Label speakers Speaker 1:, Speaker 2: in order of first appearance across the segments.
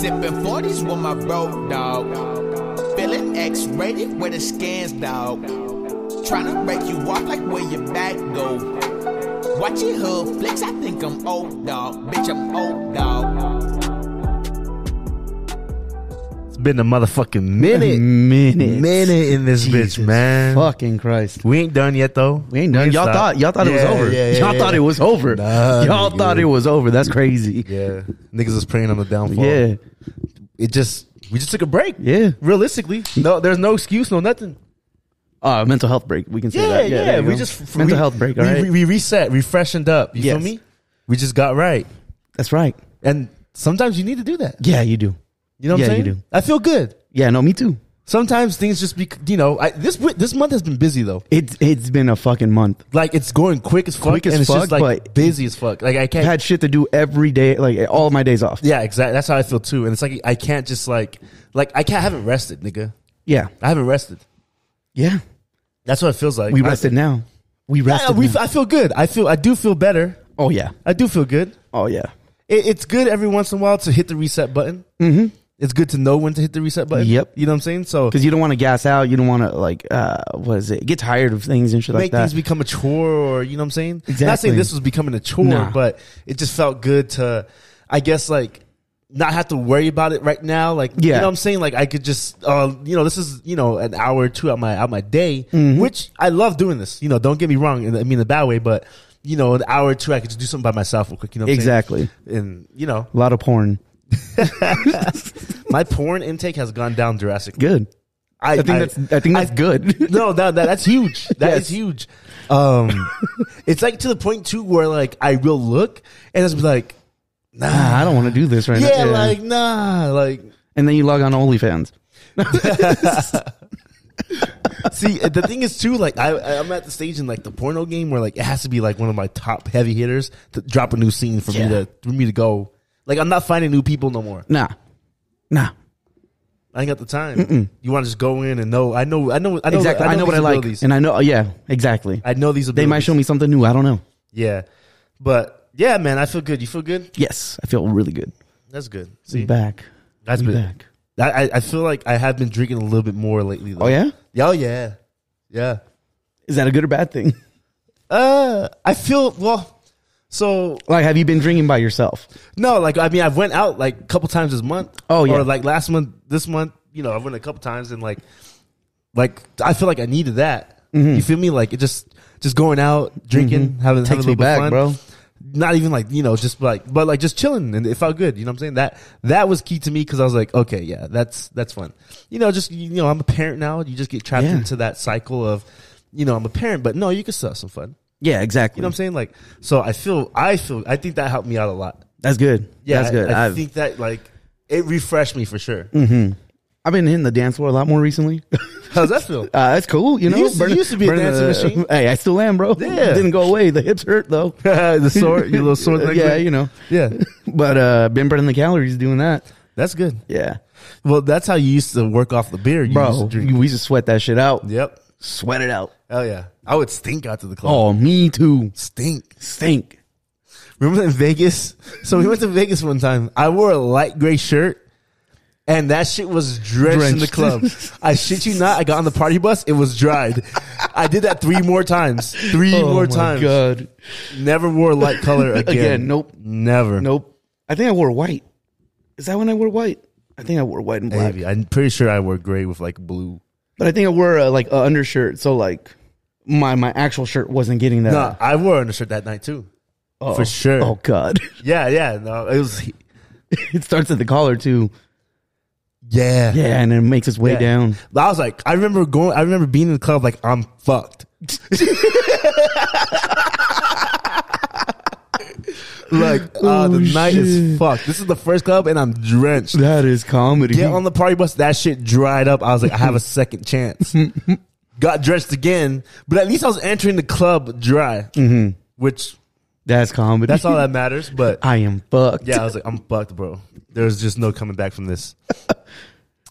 Speaker 1: Sipping 40s with my bro, dog. Feeling X rated with the scans, dog. Tryna break you off like where your back go. Watching hood flicks, I think I'm old, dog. Bitch, I'm old, dog.
Speaker 2: It's been a motherfucking minute.
Speaker 3: minute.
Speaker 2: Minute in this
Speaker 3: Jesus
Speaker 2: bitch, man.
Speaker 3: Fucking Christ.
Speaker 2: We ain't done yet though.
Speaker 3: We ain't done. Y'all
Speaker 2: stopped.
Speaker 3: thought y'all thought it was
Speaker 2: Yeah,
Speaker 3: over.
Speaker 2: yeah, yeah,
Speaker 3: y'all
Speaker 2: yeah.
Speaker 3: thought it was over.
Speaker 2: Nah,
Speaker 3: y'all
Speaker 2: nigga.
Speaker 3: thought it was over. That's crazy.
Speaker 2: Yeah, niggas was praying on the downfall.
Speaker 3: Yeah.
Speaker 2: it just we just took a break.
Speaker 3: Yeah.
Speaker 2: realistically, no, there's no excuse, no nothing.
Speaker 3: Uh, mental health break. We can say
Speaker 2: Yeah,
Speaker 3: that.
Speaker 2: yeah,
Speaker 3: there you
Speaker 2: we
Speaker 3: go.
Speaker 2: just f-
Speaker 3: mental
Speaker 2: we-
Speaker 3: health break.
Speaker 2: We,
Speaker 3: All right.
Speaker 2: we, we reset, refreshened up. You feel
Speaker 3: Yes.
Speaker 2: me? We just got right,
Speaker 3: That's right.
Speaker 2: and sometimes you need to do that.
Speaker 3: Yeah, you do.
Speaker 2: You know what
Speaker 3: Yeah,
Speaker 2: I'm saying?
Speaker 3: you do.
Speaker 2: I feel good.
Speaker 3: Yeah. No, me too.
Speaker 2: Sometimes things just be, you know, I, this wi- this month has been busy though.
Speaker 3: It's it's been a fucking month.
Speaker 2: Like it's going quick as fuck,
Speaker 3: Quick as
Speaker 2: and it's
Speaker 3: fuck,
Speaker 2: just like
Speaker 3: but-
Speaker 2: busy as fuck. Like I
Speaker 3: I
Speaker 2: can't.
Speaker 3: had shit to do every day, like all my days off.
Speaker 2: yeah, exactly. That's how I feel too. And it's like I can't just like like I can't. I haven't rested, nigga.
Speaker 3: Yeah.
Speaker 2: I haven't rested.
Speaker 3: Yeah.
Speaker 2: That's what it feels like.
Speaker 3: We
Speaker 2: I-
Speaker 3: rested now. We
Speaker 2: Yeah,
Speaker 3: rested.
Speaker 2: we,
Speaker 3: now.
Speaker 2: I feel good. I feel. I do feel better.
Speaker 3: oh yeah.
Speaker 2: I do feel good.
Speaker 3: Oh yeah.
Speaker 2: It, it's good every once in a while to hit the reset button. Mm-hmm. It's good to know when to hit the reset button.
Speaker 3: Yep.
Speaker 2: You know what I'm saying? So
Speaker 3: Because you don't want to gas out. You don't want to like uh, what is it? Get tired of things and shit
Speaker 2: make
Speaker 3: like that.
Speaker 2: things become a chore, or you know what I'm saying? Not
Speaker 3: Exactly.
Speaker 2: saying this was becoming a chore,
Speaker 3: Nah.
Speaker 2: but it just felt good to, I guess, like not have to worry about it right now. Like, you
Speaker 3: Yeah.
Speaker 2: know what I'm saying? Like, I could just, uh, you know, this is, you know, an hour or two out my out my day,
Speaker 3: Mm-hmm.
Speaker 2: which I love doing this. You know, don't get me wrong. in- I mean, in a bad way, but you know, an hour or two, I could just do something by myself real quick. You know, what I'm saying?
Speaker 3: exactly.
Speaker 2: And you know,
Speaker 3: A lot of porn.
Speaker 2: my porn intake has gone down drastically.
Speaker 3: Good. I think that's I think that's good.
Speaker 2: no, no, that, that's huge. That is
Speaker 3: Yes.
Speaker 2: huge. Um, it's like to the point too where like I will look and it's like,
Speaker 3: Ah, I don't want to do this right
Speaker 2: yeah,
Speaker 3: now.
Speaker 2: like nah, like
Speaker 3: and then you log on to OnlyFans.
Speaker 2: see the thing is too like I I'm at the stage in like the porno game where like it has to be like one of my top heavy hitters to drop a new scene for
Speaker 3: Yeah.
Speaker 2: me to for me to go. Like I'm not finding new people no more.
Speaker 3: Nah, nah.
Speaker 2: I ain't got the time. You want to just go in and know I know I know I know
Speaker 3: exactly. I know, what
Speaker 2: these
Speaker 3: I like,
Speaker 2: abilities.
Speaker 3: and I know. oh, Yeah, exactly.
Speaker 2: I know these
Speaker 3: they
Speaker 2: abilities.
Speaker 3: might show me something new. I don't know.
Speaker 2: Yeah, but yeah, man, I feel good. You feel good?
Speaker 3: Yes, I feel really good.
Speaker 2: That's good.
Speaker 3: Be
Speaker 2: See,
Speaker 3: back.
Speaker 2: that's
Speaker 3: Be
Speaker 2: good.
Speaker 3: back.
Speaker 2: I, I- I feel like I have been drinking a little bit more lately. Though.
Speaker 3: Oh yeah.
Speaker 2: Yeah, oh yeah, yeah.
Speaker 3: Is that a good or bad thing?
Speaker 2: Uh, I feel well. So
Speaker 3: Like, have you been drinking by yourself?
Speaker 2: no, like I mean, I've went out like a couple times this month.
Speaker 3: Oh, yeah.
Speaker 2: or like last month, this month. You know, I went a couple times and like, like I feel like I needed that.
Speaker 3: Mm-hmm.
Speaker 2: You feel me? Like it just, just going out, drinking, having, having a
Speaker 3: Takes
Speaker 2: little
Speaker 3: me
Speaker 2: bit of
Speaker 3: back,
Speaker 2: fun.
Speaker 3: bro.
Speaker 2: not even like you know just like but like just chilling and it felt good you know what i'm saying that that was key to me because i was like okay yeah that's that's fun you know just you know i'm a parent now you just get trapped
Speaker 3: Yeah.
Speaker 2: into that cycle of you know i'm a parent but no you can still have some fun
Speaker 3: Yeah, exactly.
Speaker 2: you know what i'm saying like so i feel i feel i think that helped me out a lot
Speaker 3: That's good.
Speaker 2: yeah
Speaker 3: That's good. Mm.
Speaker 2: i, I
Speaker 3: I've-
Speaker 2: think that like it refreshed me for sure
Speaker 3: I've been hitting the dance floor a lot more recently. uh,
Speaker 2: how's that feel
Speaker 3: that's cool. You know,
Speaker 2: used to- you used to be a
Speaker 3: burning
Speaker 2: dancing
Speaker 3: the-
Speaker 2: machine.
Speaker 3: Hey, I still am, bro.
Speaker 2: Yeah.
Speaker 3: didn't go away. The hips hurt though.
Speaker 2: the sword your little sword necklace?
Speaker 3: yeah, you know.
Speaker 2: yeah
Speaker 3: But uh, been burning the calories doing that.
Speaker 2: that's good
Speaker 3: Yeah,
Speaker 2: well that's how you used to work off the beer you used to
Speaker 3: bro.
Speaker 2: drink
Speaker 3: We just sweat that shit out.
Speaker 2: yep
Speaker 3: Sweat it out.
Speaker 2: hell yeah i would stink out to the club
Speaker 3: Oh, me too.
Speaker 2: stink
Speaker 3: Stink.
Speaker 2: Remember in Vegas? So we went to Vegas one time. I wore a light gray shirt, and that shit was drenched, in the
Speaker 3: Drenched.
Speaker 2: club. I shit you not. I got on the party bus. It was dried. I did that three more times. Three
Speaker 3: oh
Speaker 2: more
Speaker 3: my
Speaker 2: times.
Speaker 3: God.
Speaker 2: Never wore light color again.
Speaker 3: Again, nope.
Speaker 2: Never.
Speaker 3: Nope. I think I wore white. Is that when I wore white? I think I wore white and black.
Speaker 2: Maybe. I'm pretty sure I wore gray with like blue.
Speaker 3: But I think I wore uh, like an undershirt, so like my my actual shirt wasn't getting that.
Speaker 2: No, I wore an undershirt that night too.
Speaker 3: Oh.
Speaker 2: for sure.
Speaker 3: Oh god.
Speaker 2: Yeah, yeah. No, it was.
Speaker 3: it starts at the collar too.
Speaker 2: Yeah.
Speaker 3: Yeah, and then it makes its way
Speaker 2: Yeah.
Speaker 3: down.
Speaker 2: But I was like, I remember going. I remember being in the club like I'm fucked. like uh, the
Speaker 3: Oh,
Speaker 2: night is
Speaker 3: shit.
Speaker 2: fucked. This is the first club and I'm drenched.
Speaker 3: That is comedy.
Speaker 2: Get on the party bus. That shit dried up. I was like, I have a second chance. Got drenched again, but at least I was entering the club dry, mm-hmm. which
Speaker 3: That's comedy.
Speaker 2: that's all that matters. But
Speaker 3: I am fucked.
Speaker 2: yeah, I was like, I'm fucked, bro. There's just no coming back from this.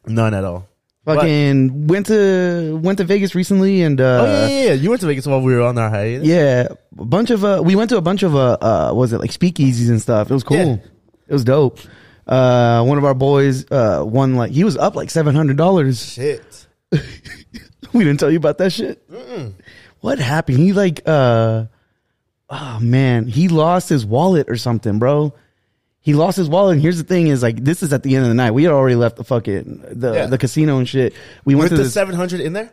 Speaker 2: None at all.
Speaker 3: Fucking went to went to Vegas recently and uh
Speaker 2: Oh yeah, yeah, yeah. You went to Vegas while we were on our hiatus.
Speaker 3: yeah, a bunch of uh we went to a bunch of uh, uh what was it like speakeasies and stuff. It was cool.
Speaker 2: Yeah.
Speaker 3: It was dope. Uh, one of our boys uh, won like he was up like seven hundred dollars.
Speaker 2: Shit.
Speaker 3: We didn't tell you about that shit. What happened? He like, uh, oh man, he lost his wallet or something, bro. He lost his wallet. And here's the thing: is like this is at the end of the night. We had already left the fucking the
Speaker 2: Yeah.
Speaker 3: the casino and shit. We went
Speaker 2: With
Speaker 3: to
Speaker 2: the
Speaker 3: this-
Speaker 2: seven hundred in there.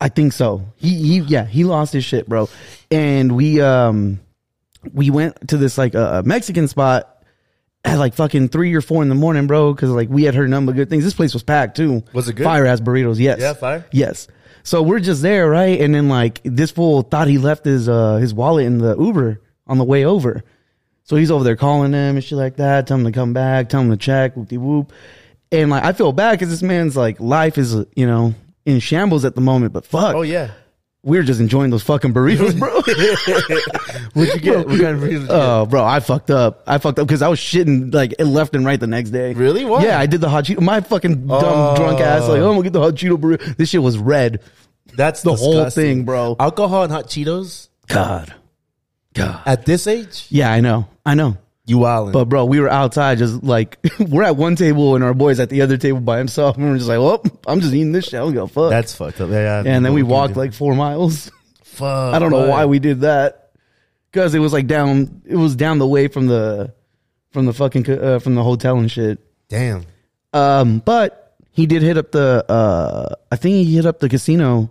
Speaker 3: I think so. He he yeah, he lost his shit, bro. And we um we went to this like a uh, Mexican spot at like fucking three or four in the morning, bro, because like we had heard nothing but good things. This place was packed too.
Speaker 2: Was it good?
Speaker 3: Fire ass burritos, yes.
Speaker 2: Yeah, fire?
Speaker 3: Yes. So we're just there, right? And then like this fool thought he left his uh his wallet in the Uber on the way over. So he's over there calling him and shit like that, tell him to come back, tell him to check, whoop de whoop. And like I feel bad because this man's like life is you know in shambles at the moment, but fuck,
Speaker 2: Oh yeah.
Speaker 3: we were just enjoying those fucking burritos, bro.
Speaker 2: What'd you get? What kind of reason?
Speaker 3: Oh, bro, I fucked up. I fucked up because I was shitting like left and right the next day.
Speaker 2: Really? Why?
Speaker 3: Yeah, I did the hot Cheeto. My fucking dumb drunk ass, like, oh, I'm gonna get the hot Cheeto burrito. This shit was red.
Speaker 2: That's
Speaker 3: The whole
Speaker 2: disgusting.
Speaker 3: thing, bro.
Speaker 2: Alcohol and hot Cheetos
Speaker 3: God. God.
Speaker 2: at this age,
Speaker 3: Yeah, I know. I know.
Speaker 2: you wildin'.
Speaker 3: But bro, we were outside just like we're at one table and our boy's at the other table by himself. And we're just like, well, I'm just eating this shit. I don't give a fuck.
Speaker 2: That's fucked up. Yeah, yeah.
Speaker 3: and then we
Speaker 2: What can
Speaker 3: walked
Speaker 2: do?
Speaker 3: like four miles.
Speaker 2: fuck.
Speaker 3: I don't know
Speaker 2: what?
Speaker 3: why we did that because it was like down. It was down the way from the from the fucking co- uh, from the hotel and shit.
Speaker 2: Damn.
Speaker 3: Um, but he did hit up the uh, I think he hit up the casino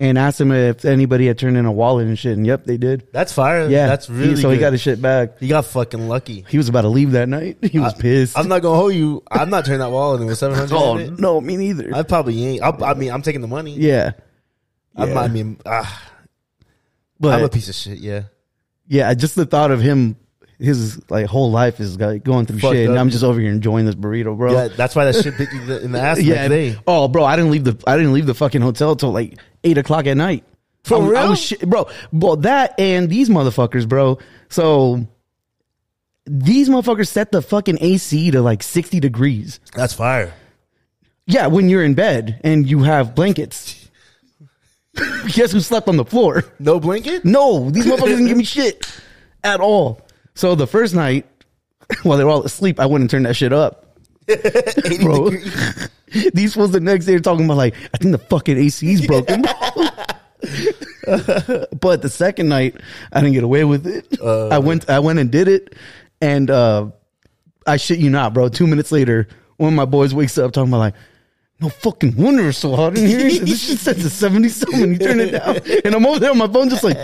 Speaker 3: and asked him if anybody had turned in a wallet and shit. And yep, they did.
Speaker 2: That's fire.
Speaker 3: Yeah,
Speaker 2: that's
Speaker 3: He-
Speaker 2: really.
Speaker 3: so he
Speaker 2: good.
Speaker 3: got his shit back.
Speaker 2: He got fucking lucky.
Speaker 3: He was about to leave that night. He was pissed.
Speaker 2: I'm not gonna hold you. I'm not turning that wallet in with seven hundred.
Speaker 3: oh no, me neither.
Speaker 2: I probably ain't. I, I mean, I'm taking the money.
Speaker 3: yeah,
Speaker 2: I'm,
Speaker 3: Yeah.
Speaker 2: I mean, ah,
Speaker 3: but
Speaker 2: I'm a piece of shit. Yeah.
Speaker 3: yeah, just the thought of him. His like whole life is like going through
Speaker 2: Fucked
Speaker 3: shit, and
Speaker 2: up.
Speaker 3: I'm just over here enjoying this burrito, bro.
Speaker 2: Yeah. That's why that shit bit you in the- in the ass the
Speaker 3: Yeah.
Speaker 2: next day.
Speaker 3: Oh, bro, I didn't leave the I didn't leave the fucking hotel till like eight o'clock at night.
Speaker 2: For
Speaker 3: I was, I
Speaker 2: real?
Speaker 3: was shi- bro. Well, that and these motherfuckers, bro. So these motherfuckers set the fucking AC to like sixty degrees.
Speaker 2: That's fire.
Speaker 3: Yeah, when you're in bed and you have blankets. Guess who slept on the floor?
Speaker 2: No blanket.
Speaker 3: No, these motherfuckers didn't give me shit at all. So the first night, while they were all asleep, I wouldn't turn that shit up. Bro. These fools the next day are talking about like, I think the fucking AC's broken. but the second night, I didn't get away with it. I went I went and did it and uh I shit you not, bro. Two minutes later, one of my boys wakes up talking about like, no fucking wonder it's so hot in here. this shit says it's 70 something. You turn it down. And I'm over there on my phone just like,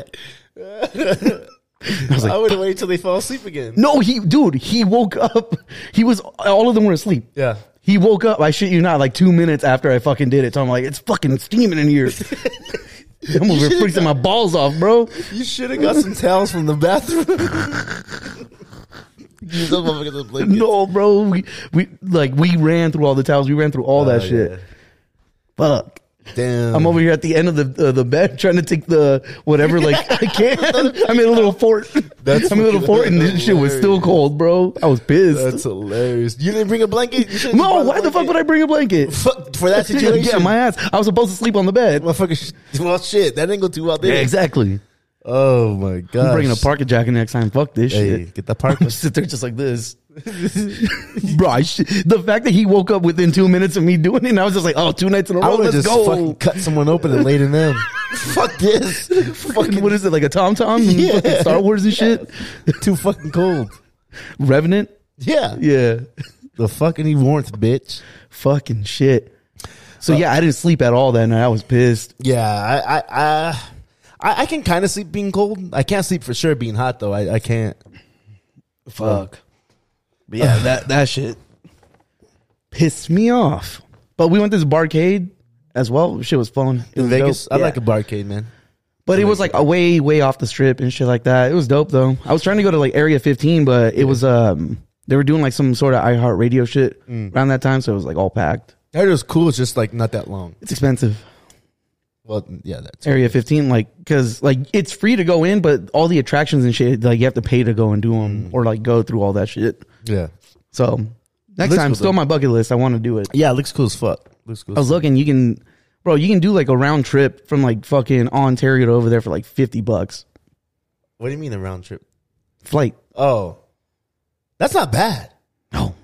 Speaker 2: I would wait till they fall asleep again.
Speaker 3: no, he, dude, he woke up. He was, all of them were asleep.
Speaker 2: Yeah.
Speaker 3: He woke up, I shit you not, like two minutes after I fucking did it. So I'm like, it's fucking steaming in here. I'm over here freezing my balls off, bro.
Speaker 2: You should have got some towels from the bathroom. Give those motherfuckers a blanket.
Speaker 3: No, bro. We, we, like, we ran through all the towels. We ran through all that
Speaker 2: Oh,
Speaker 3: shit.
Speaker 2: yeah.
Speaker 3: Fuck.
Speaker 2: Damn.
Speaker 3: I'm over here at the end of the uh, the bed trying to take the whatever like I can. I made a little fort.
Speaker 2: That's
Speaker 3: I made a little fort, and this shit was still
Speaker 2: hilarious.
Speaker 3: cold, bro. I was pissed.
Speaker 2: That's hilarious. You didn't bring a blanket. You should've
Speaker 3: no,
Speaker 2: brought a
Speaker 3: why the fuck
Speaker 2: blanket.
Speaker 3: would I bring a blanket?
Speaker 2: Fuck, for that situation?
Speaker 3: Yeah, my ass. I was supposed to sleep on the bed.
Speaker 2: motherfucker. sh- Well, shit, that didn't go too well. Did
Speaker 3: Yeah,
Speaker 2: it?
Speaker 3: exactly.
Speaker 2: Oh my god.
Speaker 3: I'm bringing a parka jacket next time. Fuck this
Speaker 2: Hey,
Speaker 3: shit.
Speaker 2: get the park.
Speaker 3: Sit there just like this, bro. I sh- the fact that he woke up within two minutes of me doing it, and I was just like, "Oh, two nights in a
Speaker 2: I
Speaker 3: row,
Speaker 2: would have
Speaker 3: let's
Speaker 2: just
Speaker 3: go."
Speaker 2: fucking cut someone open and laid in them. Fuck this.
Speaker 3: Fucking-
Speaker 2: fucking
Speaker 3: what is it like a Tom Tom?
Speaker 2: Yeah.
Speaker 3: fucking Star Wars and shit.
Speaker 2: too fucking cold.
Speaker 3: Revenant.
Speaker 2: Yeah.
Speaker 3: Yeah.
Speaker 2: The fucking need warmth, bitch.
Speaker 3: Fucking shit. So yeah, I didn't sleep at all that night. I was pissed.
Speaker 2: Yeah, I I I, I, I can kind of sleep being cold. I can't sleep for sure being hot though. I, I can't.
Speaker 3: Fuck. But yeah, that that shit pissed me off. But we went to this barcade as well. Shit was fun. It
Speaker 2: In
Speaker 3: was
Speaker 2: Vegas,
Speaker 3: dope.
Speaker 2: I
Speaker 3: Yeah.
Speaker 2: like a barcade, man.
Speaker 3: But it was like a way way off the strip and shit like that. It was dope though. I was trying to go to like Area 15, but it was um they were doing like some sort of iHeart Radio shit around that time, so it was like all packed.
Speaker 2: I heard it was cool. It's just like not that long.
Speaker 3: It's expensive.
Speaker 2: Well, yeah, that's
Speaker 3: Area 15, like, because, like, it's free to go in, but all the attractions and shit, like, you have to pay to go and do them or, like, go through all that shit.
Speaker 2: yeah,
Speaker 3: So, next
Speaker 2: Looks
Speaker 3: time,
Speaker 2: cool,
Speaker 3: still
Speaker 2: though.
Speaker 3: on my bucket list. I want to do it.
Speaker 2: yeah. It looks cool as fuck. Looks cool.
Speaker 3: I was looking, you can, bro, you can do, like, a round trip from, like, fucking Ontario to over there for, like, 50 bucks.
Speaker 2: what do you mean a round trip?
Speaker 3: Flight.
Speaker 2: Oh, that's not bad.
Speaker 3: No.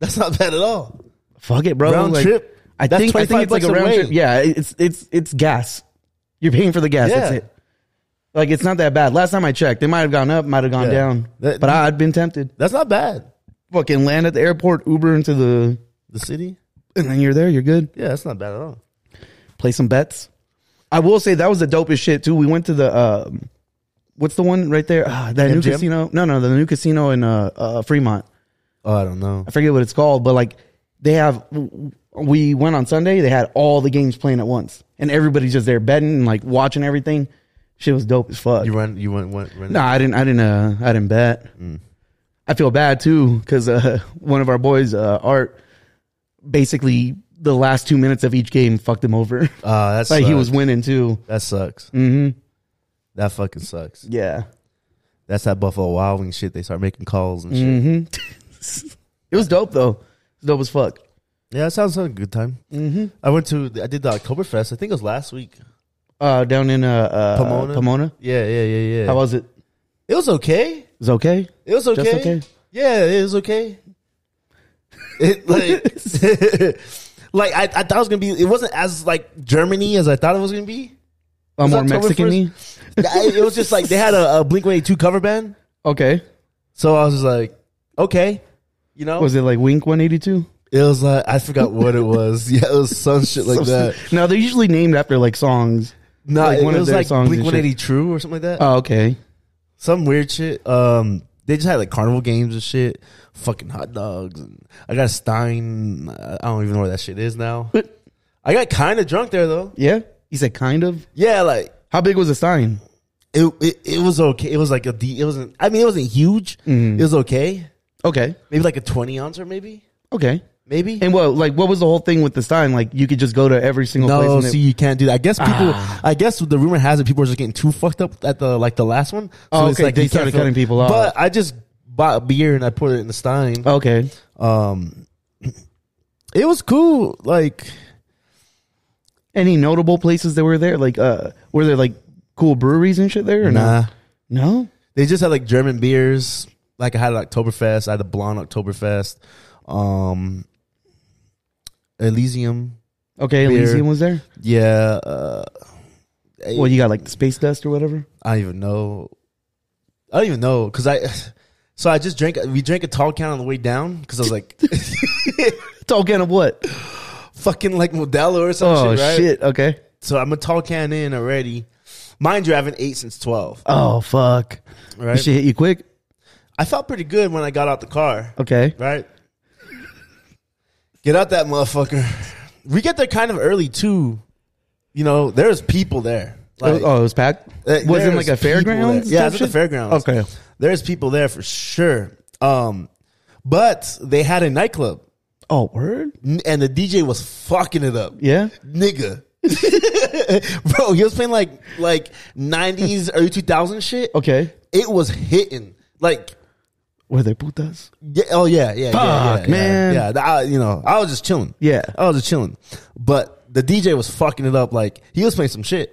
Speaker 2: That's not bad at all.
Speaker 3: Fuck it, bro.
Speaker 2: Round
Speaker 3: Like,
Speaker 2: trip?
Speaker 3: I
Speaker 2: That's
Speaker 3: think I think it's
Speaker 2: 25
Speaker 3: like a
Speaker 2: bucks a
Speaker 3: round
Speaker 2: way.
Speaker 3: trip. Yeah, it's it's it's gas. You're paying for the gas. That's
Speaker 2: Yeah.
Speaker 3: it. Like it's not that bad. Last time I checked, they might have gone up, might have gone
Speaker 2: Yeah.
Speaker 3: down,
Speaker 2: That-
Speaker 3: but I, I'd been tempted.
Speaker 2: That's not bad.
Speaker 3: Fucking land at the airport, Uber into the,
Speaker 2: The city?
Speaker 3: and then you're there. You're good.
Speaker 2: Yeah, that's not bad at all.
Speaker 3: Play some bets. I will say that was the dopest shit too. We went to the um, what's the one right there? Ah, that new
Speaker 2: MGM?
Speaker 3: casino? No, no, the new casino in uh, uh Fremont.
Speaker 2: Oh, I don't know.
Speaker 3: I forget what it's called, but like they have. We went on Sunday. They had all the games playing at once, and everybody's just there betting and like watching everything. Shit was dope as fuck.
Speaker 2: You run, you went, went, ran
Speaker 3: No, I didn't. I didn't. Uh, I didn't bet.
Speaker 2: Mm.
Speaker 3: I feel bad too because uh, one of our boys, uh, Art, basically the last two minutes of each game fucked him over.
Speaker 2: Uh, that's
Speaker 3: like he was winning too.
Speaker 2: That sucks.
Speaker 3: Mm-hmm.
Speaker 2: That fucking sucks.
Speaker 3: Yeah.
Speaker 2: That's that Buffalo Wild Wings shit. They start making calls and shit.
Speaker 3: hmm it was dope though. It was dope as fuck.
Speaker 2: Yeah, that sounds like a good time. Mm-hmm. I went to, I did the Oktoberfest. I think it was last week.
Speaker 3: Uh, down in uh, uh
Speaker 2: Pomona?
Speaker 3: Pomona.
Speaker 2: Yeah, yeah, yeah, yeah.
Speaker 3: How was it? It
Speaker 2: it was okay.
Speaker 3: was okay.
Speaker 2: It was okay.
Speaker 3: Just okay?
Speaker 2: Yeah, it was okay. It like, like I, I thought it was gonna be. It wasn't as like Germany as I thought it was gonna be. Was
Speaker 3: I'm more
Speaker 2: October
Speaker 3: Mexican.
Speaker 2: I- it was just like they had a, a Blink One Eight Two cover band,
Speaker 3: Okay.
Speaker 2: so I was just like, okay, you know.
Speaker 3: Was it like Wink 182?
Speaker 2: it was like I forgot what it was. Yeah, it was some shit like that.
Speaker 3: No, they're usually named after like songs.
Speaker 2: No,
Speaker 3: Like
Speaker 2: it
Speaker 3: one of
Speaker 2: was
Speaker 3: their
Speaker 2: like
Speaker 3: songs
Speaker 2: Blink
Speaker 3: and
Speaker 2: One
Speaker 3: shit.
Speaker 2: Eighty True or something like that.
Speaker 3: Oh, okay.
Speaker 2: some weird shit. Um, they just had like carnival games and shit, fucking hot dogs. And I got a Stein. I don't even know where that shit is now.
Speaker 3: But
Speaker 2: I got kind of drunk there though.
Speaker 3: yeah, he said kind of.
Speaker 2: Yeah, like
Speaker 3: How big was the sign?
Speaker 2: it. It, it was okay. It was like a D. It wasn't. I mean, it wasn't huge.
Speaker 3: Mm-hmm.
Speaker 2: It was okay.
Speaker 3: Okay.
Speaker 2: Maybe like a twenty ounce or maybe
Speaker 3: Okay.
Speaker 2: maybe.
Speaker 3: And what like what was the whole thing with the sign? Like you could just go to every single place.
Speaker 2: no,
Speaker 3: and they- Ah.
Speaker 2: see, you can't do that. I guess people. I guess the rumor has it people are just getting too fucked up at the like the last one. So
Speaker 3: Oh,
Speaker 2: it's
Speaker 3: okay,
Speaker 2: like
Speaker 3: they
Speaker 2: you can't
Speaker 3: started
Speaker 2: feel-
Speaker 3: cutting people off. Oh.
Speaker 2: But I just bought a beer and I poured it in the Stein.
Speaker 3: okay.
Speaker 2: Um, it was cool. Like
Speaker 3: Any notable places that were there? Like uh were there like cool breweries and shit there or
Speaker 2: nah,
Speaker 3: no? No?
Speaker 2: they just had like German beers. Like I had an Oktoberfest. I had a blonde Oktoberfest. Um, Elysium.
Speaker 3: Okay,
Speaker 2: Beer.
Speaker 3: Elysium was there.
Speaker 2: Yeah. Uh,
Speaker 3: Well, you got like the space dust or whatever.
Speaker 2: I don't even know. I don't even know because I. So I just drank. We drank a tall can on the way down because I was like,
Speaker 3: Tall can of what?
Speaker 2: fucking like Modelo or some
Speaker 3: Oh
Speaker 2: shit, right?
Speaker 3: shit. Okay.
Speaker 2: So I'm a tall can in already. Mind you, I haven't ate since twelve.
Speaker 3: Oh fuck.
Speaker 2: Right.
Speaker 3: She hit you quick.
Speaker 2: I felt pretty good when I got out the car.
Speaker 3: Okay.
Speaker 2: right? Get out that motherfucker. We get there kind of early too. You know, there's people there. Like,
Speaker 3: oh, it was packed.
Speaker 2: uh,
Speaker 3: was it
Speaker 2: there's
Speaker 3: like a
Speaker 2: people
Speaker 3: fairground?
Speaker 2: there. Yeah,
Speaker 3: type
Speaker 2: it's at the
Speaker 3: shit?
Speaker 2: fairgrounds.
Speaker 3: Okay.
Speaker 2: there's people there for sure. Um, but they had a nightclub,
Speaker 3: Oh, word.
Speaker 2: n- and the DJ was fucking it up,
Speaker 3: Yeah.
Speaker 2: nigga. Bro, he was playing like like '90s, early 2000s shit.
Speaker 3: Okay.
Speaker 2: It was hitting like
Speaker 3: Were they putas?
Speaker 2: Yeah, oh yeah, yeah, yeah,
Speaker 3: Fuck,
Speaker 2: yeah,
Speaker 3: man.
Speaker 2: Yeah, yeah. I, you know, I was just chilling.
Speaker 3: Yeah.
Speaker 2: I was just chilling. But the DJ was fucking it up. Like he was playing some shit.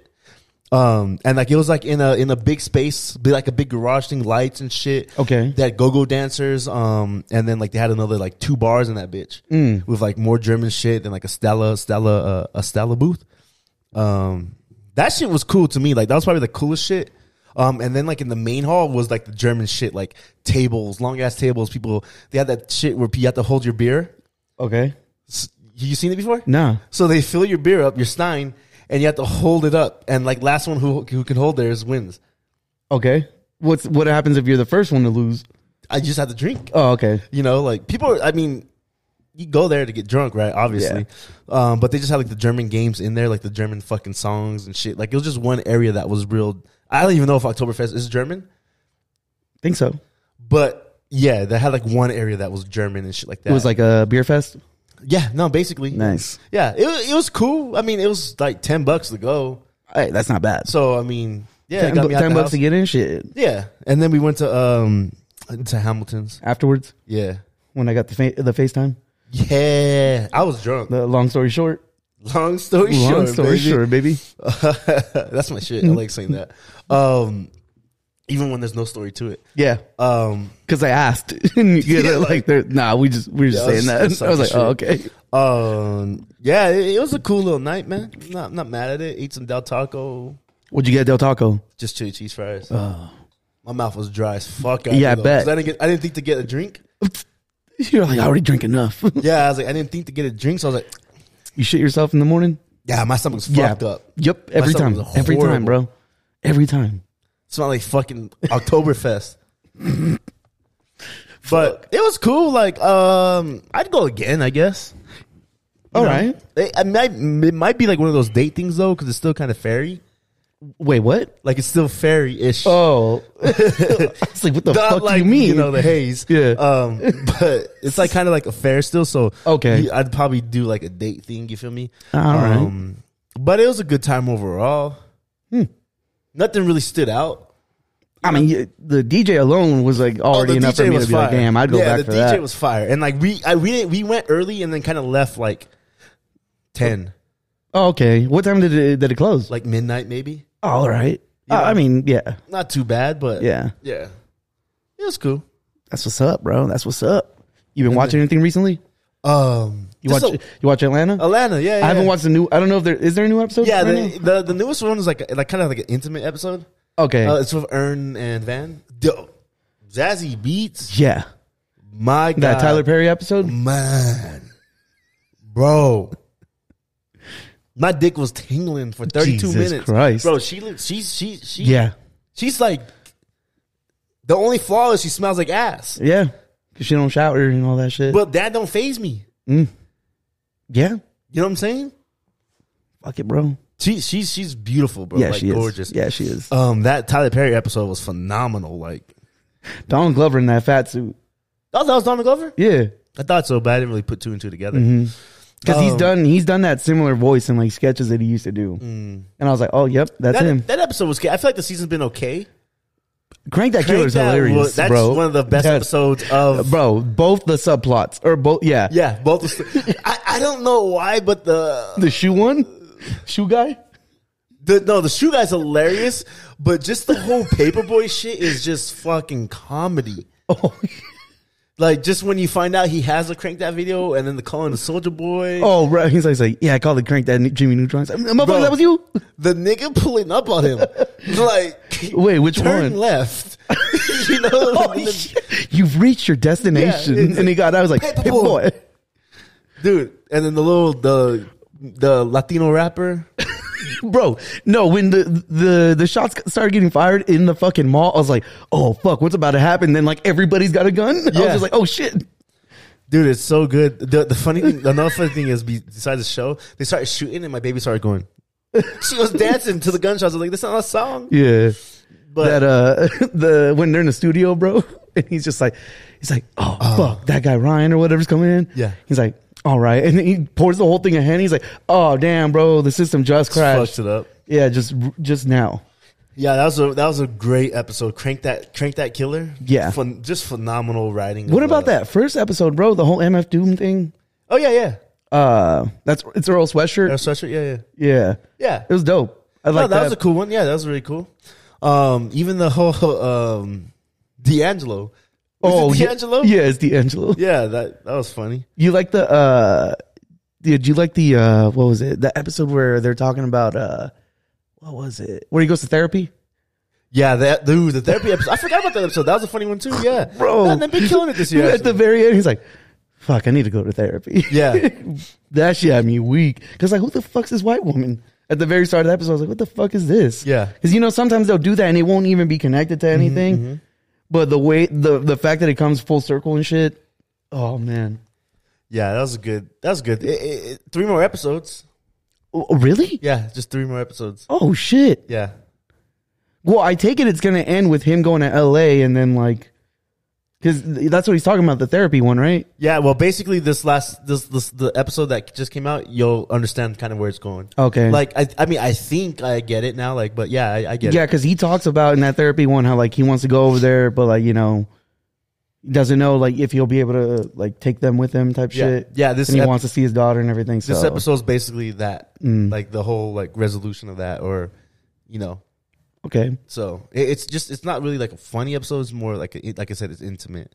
Speaker 2: Um, and like it was like in a in a big space, be like a big garage thing, lights and shit.
Speaker 3: Okay.
Speaker 2: They had go go dancers. Um, and then like they had another like two bars in that bitch with like more German shit and like a Stella Stella uh, a Stella booth. Um, that shit was cool to me. Like that was probably the coolest shit. Um, and then like in the main hall was like the German shit, like tables, long ass tables. People they had that shit where you had to hold your beer.
Speaker 3: Okay.
Speaker 2: S- You seen it before?
Speaker 3: No.
Speaker 2: So they fill your beer up, your Stein, and you have to hold it up. And like last one who who can hold theirs wins.
Speaker 3: Okay. What's what happens if you're the first one to lose?
Speaker 2: I just had to drink.
Speaker 3: Oh, okay.
Speaker 2: You know, like people. Are, I mean, you go there to get drunk, right? Obviously, um, but they just had like the German games in there, like the German fucking songs and shit. Like it was just one area that was real. I don't even know if Oktoberfest is German,
Speaker 3: Think so.
Speaker 2: but yeah, they had like one area that was German and shit like that.
Speaker 3: It was like a beer fest.
Speaker 2: yeah, no, basically,
Speaker 3: Nice.
Speaker 2: Yeah, it wa- it was cool. I mean, it was like ten bucks to go.
Speaker 3: Hey, that's not bad.
Speaker 2: So I mean, yeah, it
Speaker 3: ten,
Speaker 2: got
Speaker 3: bu-
Speaker 2: me out
Speaker 3: ten
Speaker 2: the
Speaker 3: bucks
Speaker 2: house.
Speaker 3: to get in shit.
Speaker 2: Yeah, and then we went to um to Hamilton's.
Speaker 3: Afterwards,
Speaker 2: Yeah,
Speaker 3: when I got the fa- the FaceTime.
Speaker 2: yeah, I was drunk.
Speaker 3: The long story short.
Speaker 2: Long story
Speaker 3: long
Speaker 2: short,
Speaker 3: story
Speaker 2: baby.
Speaker 3: short, baby.
Speaker 2: That's my shit. I like saying that. Um, even when there's no story to it.
Speaker 3: Yeah,
Speaker 2: Um,
Speaker 3: because I asked. And you get it, like, they're, nah, we just we were just
Speaker 2: Yeah, I was
Speaker 3: saying
Speaker 2: just
Speaker 3: that. I was like,
Speaker 2: talking
Speaker 3: oh, okay.
Speaker 2: um, yeah, it, it was a cool little night, man. I'm not I'm not mad at it. Ate some del taco,
Speaker 3: What'd you get, Del Taco?
Speaker 2: just chili cheese fries. My mouth was dry as fuck.
Speaker 3: Uh. Yeah, I
Speaker 2: though,
Speaker 3: bet.
Speaker 2: 'cause I didn't get. I didn't think to get a drink.
Speaker 3: You're like, I already drink enough.
Speaker 2: Yeah, I was like, I didn't think to get a drink, so I was like,
Speaker 3: you shit yourself in the morning?
Speaker 2: yeah, my stomach's fucked up.
Speaker 3: Yep.
Speaker 2: My
Speaker 3: Every
Speaker 2: stomach
Speaker 3: time.
Speaker 2: was
Speaker 3: Every time, bro. Every time.
Speaker 2: Smell like fucking Oktoberfest. but it was cool. Like, um, I'd go again, I guess.
Speaker 3: All
Speaker 2: All
Speaker 3: right.
Speaker 2: right, It, it might, it might be like one of those date things though, because it's still kind of fairy.
Speaker 3: Wait, what?
Speaker 2: Like it's still fairy ish.
Speaker 3: Oh. I was like, what the fuck
Speaker 2: like,
Speaker 3: do you mean?
Speaker 2: You know the haze.
Speaker 3: Yeah.
Speaker 2: Um, but it's like kind of like a fair still. So
Speaker 3: Okay.
Speaker 2: you- I'd probably do like a date thing. You feel me? Um,
Speaker 3: All right.
Speaker 2: But it was a good time overall. Nothing really stood out.
Speaker 3: I mean, you- the DJ alone was like
Speaker 2: Oh,
Speaker 3: already
Speaker 2: the
Speaker 3: enough for me to be
Speaker 2: fire.
Speaker 3: like, damn, I'd go
Speaker 2: yeah,
Speaker 3: back
Speaker 2: the
Speaker 3: for
Speaker 2: DJ
Speaker 3: that.
Speaker 2: was fire, and like we, I, we didn't, we went early and then kind of left like ten,
Speaker 3: oh, okay. What time did it, did it close?
Speaker 2: like midnight maybe.
Speaker 3: all right.
Speaker 2: You
Speaker 3: Uh,
Speaker 2: know.
Speaker 3: I mean, yeah.
Speaker 2: Not too bad, but
Speaker 3: Yeah.
Speaker 2: yeah, it was cool.
Speaker 3: That's what's up, bro. That's what's up. You been watching anything recently?
Speaker 2: Um,
Speaker 3: You watch
Speaker 2: so-
Speaker 3: you watch Atlanta?
Speaker 2: Atlanta? Yeah, Oh, yeah,
Speaker 3: I haven't
Speaker 2: yeah.
Speaker 3: watched the new. I don't know if there is there a new episode.
Speaker 2: Yeah,
Speaker 3: right
Speaker 2: the, the the newest one is like a- like kind of like an intimate episode.
Speaker 3: now? okay.
Speaker 2: Uh, it's with Ern and Van. Dope. Zazzy beats.
Speaker 3: yeah,
Speaker 2: My God,
Speaker 3: that Tyler Perry episode.
Speaker 2: man, bro. My dick was tingling for 32
Speaker 3: Jesus
Speaker 2: minutes.
Speaker 3: Christ.
Speaker 2: Bro, she li- she's she she
Speaker 3: Yeah,
Speaker 2: She's like the only flaw is she smells like ass.
Speaker 3: yeah. Cause she don't shower and all that shit.
Speaker 2: But that don't phase me.
Speaker 3: yeah,
Speaker 2: You know what I'm saying?
Speaker 3: fuck it, bro.
Speaker 2: She she's she's beautiful, bro.
Speaker 3: Yeah,
Speaker 2: like
Speaker 3: she is.
Speaker 2: gorgeous.
Speaker 3: Yeah, she is.
Speaker 2: Um that Tyler Perry episode was phenomenal. Like
Speaker 3: Don Glover in that fat suit.
Speaker 2: Oh, that was Donald Glover?
Speaker 3: Yeah,
Speaker 2: I thought so, but I didn't really put two and two together.
Speaker 3: Mm-hmm. because he's
Speaker 2: Um,
Speaker 3: done he's done that similar voice in like sketches that he used to do. And I was like, oh, yep, that's
Speaker 2: Mm. That,
Speaker 3: him.
Speaker 2: that episode was. ca- I feel like the season's been okay.
Speaker 3: Crank that killer's
Speaker 2: That
Speaker 3: hilarious,
Speaker 2: was- that's
Speaker 3: bro.
Speaker 2: one of the best
Speaker 3: That's-
Speaker 2: episodes of.
Speaker 3: Bro, both the subplots or both. Yeah,
Speaker 2: Yeah, both. Was, I I don't know why, but the
Speaker 3: the shoe one, shoe guy.
Speaker 2: The, no, the shoe guy's hilarious, but just the whole paperboy shit is just fucking comedy.
Speaker 3: Oh,
Speaker 2: Like just when you find out he has a crank that video, and then the calling the soldier boy,
Speaker 3: oh, right. He's like, he's like, yeah, I called the crank that Jimmy Neutron. Motherfucker,
Speaker 2: Bro.
Speaker 3: that was you.
Speaker 2: the nigga pulling up on him, like
Speaker 3: Wait, which
Speaker 2: turn
Speaker 3: one?
Speaker 2: left, you know?
Speaker 3: Holy shit. You've reached your destination.
Speaker 2: Yeah, it's
Speaker 3: and he got, I was like,
Speaker 2: Paper
Speaker 3: "Paper boy.
Speaker 2: dude. And then the little the the Latino rapper,
Speaker 3: Bro, no, when the, the, the shots started getting fired in the fucking mall, I was like, oh, fuck, what's about to happen? Then, like, everybody's got a gun. I was
Speaker 2: Yeah.
Speaker 3: just like, oh, shit.
Speaker 2: dude, it's so good. The, the funny thing, another funny thing is be- besides the show, they started shooting, and my baby started going. She was dancing to the gunshots. I was like, "That's not a song."
Speaker 3: Yeah.
Speaker 2: But
Speaker 3: that, uh, the, when they're in the studio, bro, and he's just like, he's like, oh, fuck, that guy Ryan or whatever's coming in.
Speaker 2: Uh. Yeah.
Speaker 3: He's like, all right. And then he pours the whole thing ahead. He's like, oh, damn, bro, the system just crashed.
Speaker 2: fucked it up.
Speaker 3: Yeah, just, just now.
Speaker 2: Yeah, that was a that was a great episode. Crank that, crank that killer.
Speaker 3: Yeah.
Speaker 2: Phen- just phenomenal writing.
Speaker 3: What about that first episode, bro? The whole MF Doom thing.
Speaker 2: Oh yeah, yeah.
Speaker 3: Uh, that's it's Earl sweatshirt.
Speaker 2: Air Stretcher, yeah, yeah,
Speaker 3: yeah,
Speaker 2: yeah.
Speaker 3: it was dope. I
Speaker 2: No,
Speaker 3: like
Speaker 2: that was a cool one. Yeah, that was really cool. Um, even the whole um, D'Angelo.
Speaker 3: oh,
Speaker 2: Was it
Speaker 3: yeah.
Speaker 2: D'Angelo.
Speaker 3: Yeah, it's D'Angelo.
Speaker 2: Yeah, that that was funny.
Speaker 3: You like the uh? Did you like the uh? What was it? The episode where they're talking about uh, what was it? Where he goes to therapy.
Speaker 2: Yeah, that dude, the therapy episode. I forgot about that episode. That was a funny one too. Yeah,
Speaker 3: Bro.
Speaker 2: Man, they've been killing it this year.
Speaker 3: At the
Speaker 2: actually.
Speaker 3: very end, he's like, "Fuck, I need to go to therapy."
Speaker 2: Yeah.
Speaker 3: that shit had me weak. Cause like, who the fuck's this white woman? At the very start of the episode, I was like, "What the fuck is this?"
Speaker 2: Yeah. Mm-hmm,
Speaker 3: Because you know sometimes they'll do that and it won't even be connected to anything. But the way the the fact that it comes full circle and shit. Oh man.
Speaker 2: yeah, that was a good. That was good. It- it- it- three more episodes.
Speaker 3: Oh, really?
Speaker 2: Yeah, just three more episodes.
Speaker 3: Oh shit.
Speaker 2: Yeah.
Speaker 3: Well, I take it it's gonna end with him going to L.A. and then like, because that's what he's talking about the therapy one, right?
Speaker 2: Yeah, well, basically, this last this this the episode that just came out, you'll understand kind of where it's going.
Speaker 3: Okay.
Speaker 2: Like, I I mean, I think I get it now. Like, but yeah, I, I get
Speaker 3: Yeah,
Speaker 2: it.
Speaker 3: because he talks about in that therapy one how like he wants to go over there, but like you know, he doesn't know like if he'll be able to like take them with him type
Speaker 2: Yeah.
Speaker 3: shit.
Speaker 2: Yeah, this
Speaker 3: and he
Speaker 2: ep-
Speaker 3: wants to see his daughter and everything. So Mm.
Speaker 2: This episode's basically that, like the whole like resolution of that, or you know,
Speaker 3: Okay.
Speaker 2: So it, it's just it's not really like a funny episode. It's more like a, like I said, it's intimate.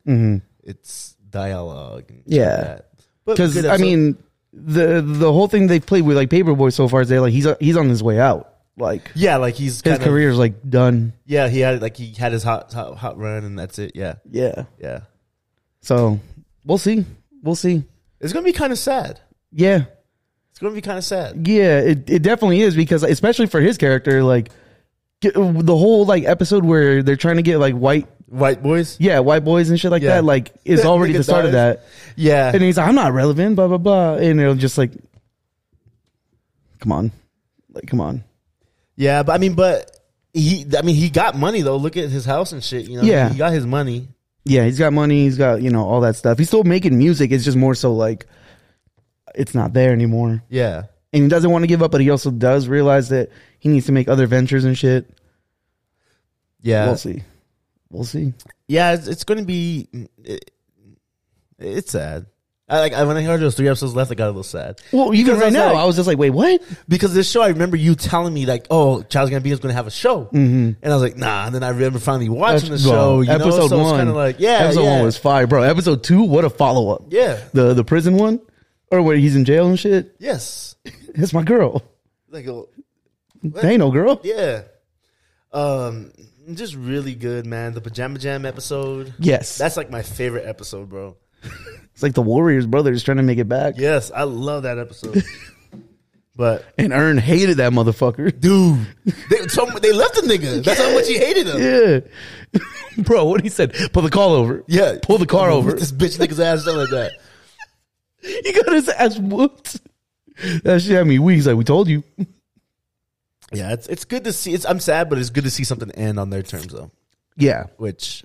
Speaker 2: It's dialogue. And shit
Speaker 3: Mm-hmm. Yeah.
Speaker 2: like that. But
Speaker 3: Because
Speaker 2: good
Speaker 3: I
Speaker 2: episode.
Speaker 3: mean, the the whole thing they played with like Paperboy so far is they like he's he's on his way out. Like
Speaker 2: yeah, like he's
Speaker 3: his
Speaker 2: kind of
Speaker 3: career's like done.
Speaker 2: yeah he had like he had his hot, hot hot run and that's it. Yeah,
Speaker 3: Yeah.
Speaker 2: yeah.
Speaker 3: So we'll see. We'll see.
Speaker 2: It's gonna be kind of sad.
Speaker 3: Yeah.
Speaker 2: It's gonna be kind of sad.
Speaker 3: Yeah, it, it definitely is because especially for his character, like get- the whole like episode where they're trying to get like white,
Speaker 2: White boys.
Speaker 3: yeah, white boys and shit like
Speaker 2: Yeah.
Speaker 3: that, like is
Speaker 2: That
Speaker 3: already
Speaker 2: nigga
Speaker 3: the start of
Speaker 2: dies.
Speaker 3: that.
Speaker 2: Yeah,
Speaker 3: And he's like, I'm not relevant, blah blah blah, and it'll just like, come on, like come on,
Speaker 2: yeah. But I mean, but he. I mean, he got money though. Look at his house and shit. You know.
Speaker 3: Yeah.
Speaker 2: he got his money.
Speaker 3: yeah, he's got money, he's got you know all that stuff. He's still making music. It's just more so like it's not there anymore,
Speaker 2: Yeah.
Speaker 3: and he doesn't want to give up, but he also does realize that he needs to make other ventures and shit.
Speaker 2: Yeah.
Speaker 3: We'll see, we'll see.
Speaker 2: yeah, it's, it's going to be. It, it's sad. I like I, when I heard there was three episodes left, I got a little sad
Speaker 3: Well, even
Speaker 2: Because I
Speaker 3: right
Speaker 2: was
Speaker 3: now,
Speaker 2: like-
Speaker 3: I was just like, wait, what?
Speaker 2: because this show. I remember you telling me like, "Oh, Charles Gambino's going to have a show," mm-hmm. and I was like, "Nah." And then I remember finally watching the show.
Speaker 3: Well,
Speaker 2: You know?
Speaker 3: episode
Speaker 2: so it's
Speaker 3: one,
Speaker 2: kind of like, yeah,
Speaker 3: episode
Speaker 2: yeah.
Speaker 3: one was fire, bro. Episode two, what a follow up.
Speaker 2: Yeah.
Speaker 3: the the prison one, or where he's in jail and shit.
Speaker 2: yes,
Speaker 3: It's my girl.
Speaker 2: like a,
Speaker 3: There ain't no girl.
Speaker 2: yeah, um, just really good, man. The pajama jam episode.
Speaker 3: Yes,
Speaker 2: That's like my favorite episode, bro.
Speaker 3: it's like the Warriors brothers trying to make it back.
Speaker 2: Yes, I love that episode. but
Speaker 3: And Earn hated that motherfucker.
Speaker 2: dude, they, so, they left the nigga. That's how much he hated him.
Speaker 3: Yeah, bro. What he said? Pull the call over.
Speaker 2: Yeah,
Speaker 3: pull the car over.
Speaker 2: Whip This bitch nigga's ass something like that.
Speaker 3: He got his ass whooped. That shit had me weak. He's like, we told you.
Speaker 2: Yeah, it's it's good to see. It's I'm sad, but it's good to see something end on their terms though,
Speaker 3: Yeah,
Speaker 2: which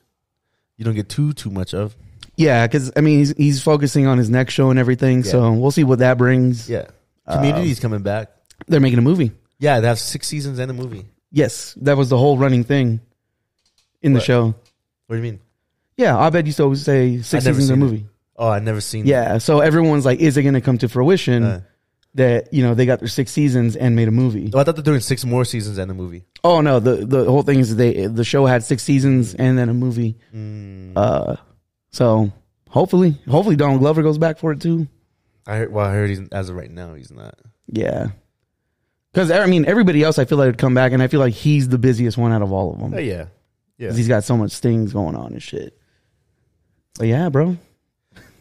Speaker 2: you don't get too too much of.
Speaker 3: yeah. Because I mean, he's he's focusing on his next show and everything. So we'll see what that brings.
Speaker 2: Yeah,
Speaker 3: Um,
Speaker 2: Community's coming back.
Speaker 3: They're making a movie.
Speaker 2: Yeah, they have six seasons and a movie.
Speaker 3: Yes, that was the whole running thing in the
Speaker 2: What?
Speaker 3: show.
Speaker 2: What do you mean?
Speaker 3: Yeah, Abed used to always say six
Speaker 2: I've never
Speaker 3: seasons of
Speaker 2: seen
Speaker 3: a movie.
Speaker 2: it. Oh, I've never seen. it.
Speaker 3: Yeah, so everyone's like, is it going to come to fruition
Speaker 2: Uh.
Speaker 3: that you know they got their six seasons and made a movie?
Speaker 2: Oh, I thought they're doing six more seasons and a movie.
Speaker 3: Oh no, the the whole thing is they the show had six seasons
Speaker 2: Mm.
Speaker 3: and then a movie. Uh, so hopefully, hopefully Donald Glover goes back for it too.
Speaker 2: I heard, well, I heard he's as of right now he's not.
Speaker 3: Yeah, because I mean everybody else, I feel like would come back, and I feel like he's the busiest one out of all of them.
Speaker 2: Oh yeah, yeah.
Speaker 3: 'Cause He's got so much things going on and shit. But yeah, bro.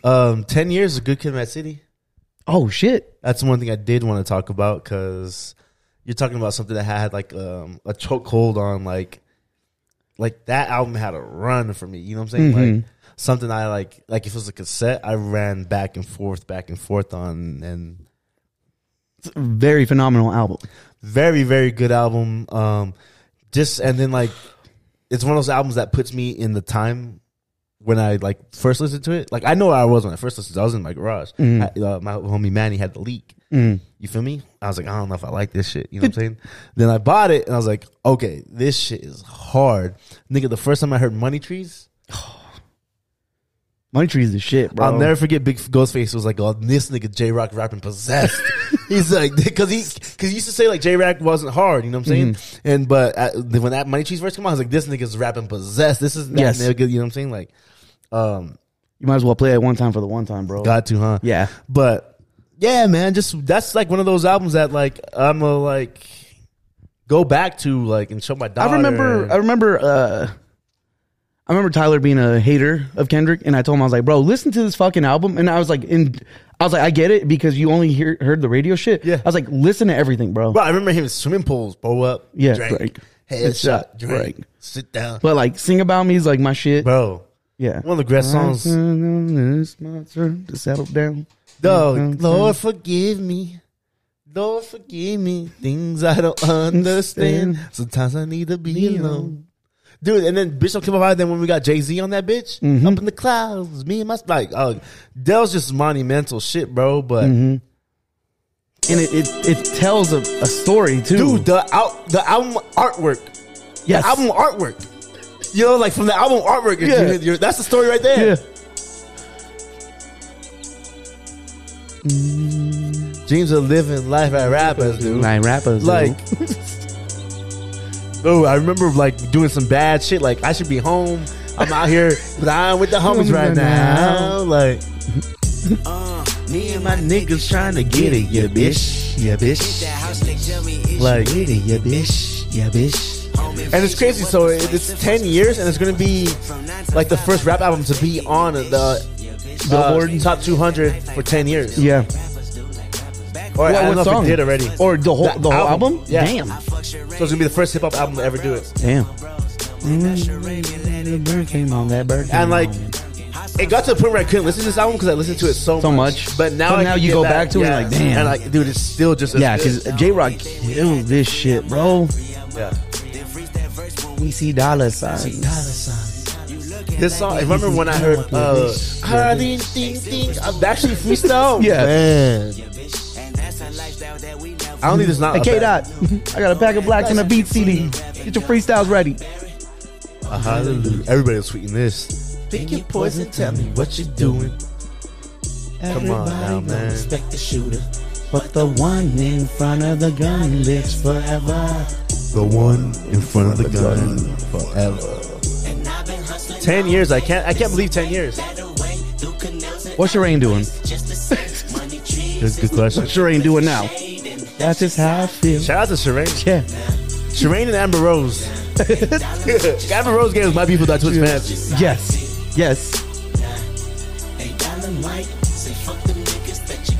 Speaker 2: Um, ten years of Good Kid, Mad City.
Speaker 3: Oh shit.
Speaker 2: That's one thing I did want to talk about because you're talking about something that had like um, a chokehold on like like that album had a run for me. You know what I'm saying? Like something I like like if it was a cassette, I ran back and forth, back and forth on, and
Speaker 3: very phenomenal album.
Speaker 2: very very good album. Um, just and then like it's one of those albums that puts me in the time. When I like first listened to it, like I know where I was when I first listened. I was in my garage. I- uh, my homie Manny had the leak. You feel me? I was like, I don't know if I like this shit. You know what I'm saying? Then I bought it and I was like, okay, this shit is hard. Nigga, the first time I heard Money Trees,
Speaker 3: Money Tree is the shit, bro.
Speaker 2: I'll never forget Big Ghostface was like, oh, this nigga J Rock rapping possessed. He's like, because he, cause he used to say like J Rock wasn't hard, you know what I'm saying?
Speaker 3: Mm-hmm.
Speaker 2: And, but uh when that Money Trees first came out, I was like, this nigga's rapping possessed. This is that
Speaker 3: Yes.
Speaker 2: nigga, you know what I'm saying? Like, um,
Speaker 3: you might as well play it one time for the one time, bro.
Speaker 2: got to, huh?
Speaker 3: Oh. Yeah.
Speaker 2: But yeah, man, just that's like one of those albums that like I'm gonna like go back to like and show my daughter.
Speaker 3: I remember. I remember. uh I remember Tyler being a hater of Kendrick, and I told him I was like, "Bro, listen to this fucking album." And I was like, "In." I was like, I get it because you only hear, heard the radio shit.
Speaker 2: Yeah.
Speaker 3: I was like, listen to everything, bro.
Speaker 2: Bro, I remember him in swimming pools, bro up.
Speaker 3: Yeah,
Speaker 2: drink,
Speaker 3: drink.
Speaker 2: headshot, drink,
Speaker 3: Drink.
Speaker 2: sit down,
Speaker 3: But like, sing about me is like my shit.
Speaker 2: bro.
Speaker 3: yeah.
Speaker 2: One of the greatest songs.
Speaker 3: It's my turn to settle down. Mm-hmm.
Speaker 2: Dog, Lord forgive me. Lord forgive me. Things I don't understand. Sometimes I need to be alone. Dude, and then bitch don't come by. Then when we got Jay Z on that bitch,
Speaker 3: Mm-hmm.
Speaker 2: up in the clouds, me and my like, uh, that was just monumental shit, bro. But
Speaker 3: Mm-hmm. And it it, it tells a, a story too.
Speaker 2: dude, the out the album artwork,
Speaker 3: yes.
Speaker 2: the album artwork, you know, like from the album artwork, you-
Speaker 3: Yeah.
Speaker 2: you- that's the story right there.
Speaker 3: yeah.
Speaker 2: Dreams of living life at rappers, dude.
Speaker 3: Nine rappers. dude.
Speaker 2: Like, oh, I remember like doing some bad shit. Like I should be home. I'm out here, but I'm with the homies right now. Like
Speaker 1: Uh,
Speaker 2: me and my niggas trying to get it, yeah, bitch, yeah,
Speaker 1: hit
Speaker 2: bitch.
Speaker 1: that house, they tell me it's
Speaker 3: Uh,
Speaker 2: Like,
Speaker 1: your
Speaker 2: it, yeah, bitch, yeah, bitch. And it's crazy. So it- it's ten years, and it's gonna be like the first rap album to be on the Billboard Top 200 for ten years.
Speaker 3: Yeah.
Speaker 2: Or I don't
Speaker 3: what
Speaker 2: know
Speaker 3: song?
Speaker 2: if it did already. Or
Speaker 3: Or the whole the,
Speaker 2: The
Speaker 3: whole
Speaker 2: album?
Speaker 3: album?
Speaker 2: Yeah.
Speaker 3: Damn.
Speaker 2: so it's gonna be the first hip hop album to ever do it.
Speaker 3: Damn. That bird came on that bird.
Speaker 2: And like, it got to the point where I couldn't listen to this album because I listened to it so,
Speaker 3: So much.
Speaker 2: much. But now,
Speaker 3: But
Speaker 2: I
Speaker 3: now
Speaker 2: can
Speaker 3: you
Speaker 2: get
Speaker 3: go back to it, like, damn.
Speaker 2: and like, dude, it's still just as
Speaker 3: yeah,
Speaker 2: good.
Speaker 3: because J Rock killed this shit, bro.
Speaker 2: yeah.
Speaker 3: We see dollar signs.
Speaker 2: This song, I remember when I heard uh, "Ah, ding, ding, ding," uh, Backstreet Freestyle.
Speaker 3: Yeah.
Speaker 2: Man. I don't think there's not
Speaker 3: Hey,
Speaker 2: a
Speaker 3: K
Speaker 2: bad-
Speaker 3: Dot, I got a pack of blacks and a beat CD. Get your freestyles ready.
Speaker 2: Uh, hallelujah. Everybody was tweeting this. Pick your poison, tell me what you're doing. Come on now, man.
Speaker 3: But the one in front of the gun lives forever.
Speaker 2: The one in front of the gun forever. Ten years, I can't. I can't believe ten years.
Speaker 3: What's Shireen doing?
Speaker 2: Good, good question.
Speaker 3: What's Shireen doing now? That's just how I feel.
Speaker 2: Shout out to Shireen.
Speaker 3: Yeah.
Speaker 2: Shireen and Amber Rose. Amber Rose gave us my people that Twitch fantasy.
Speaker 3: Yes. Yes.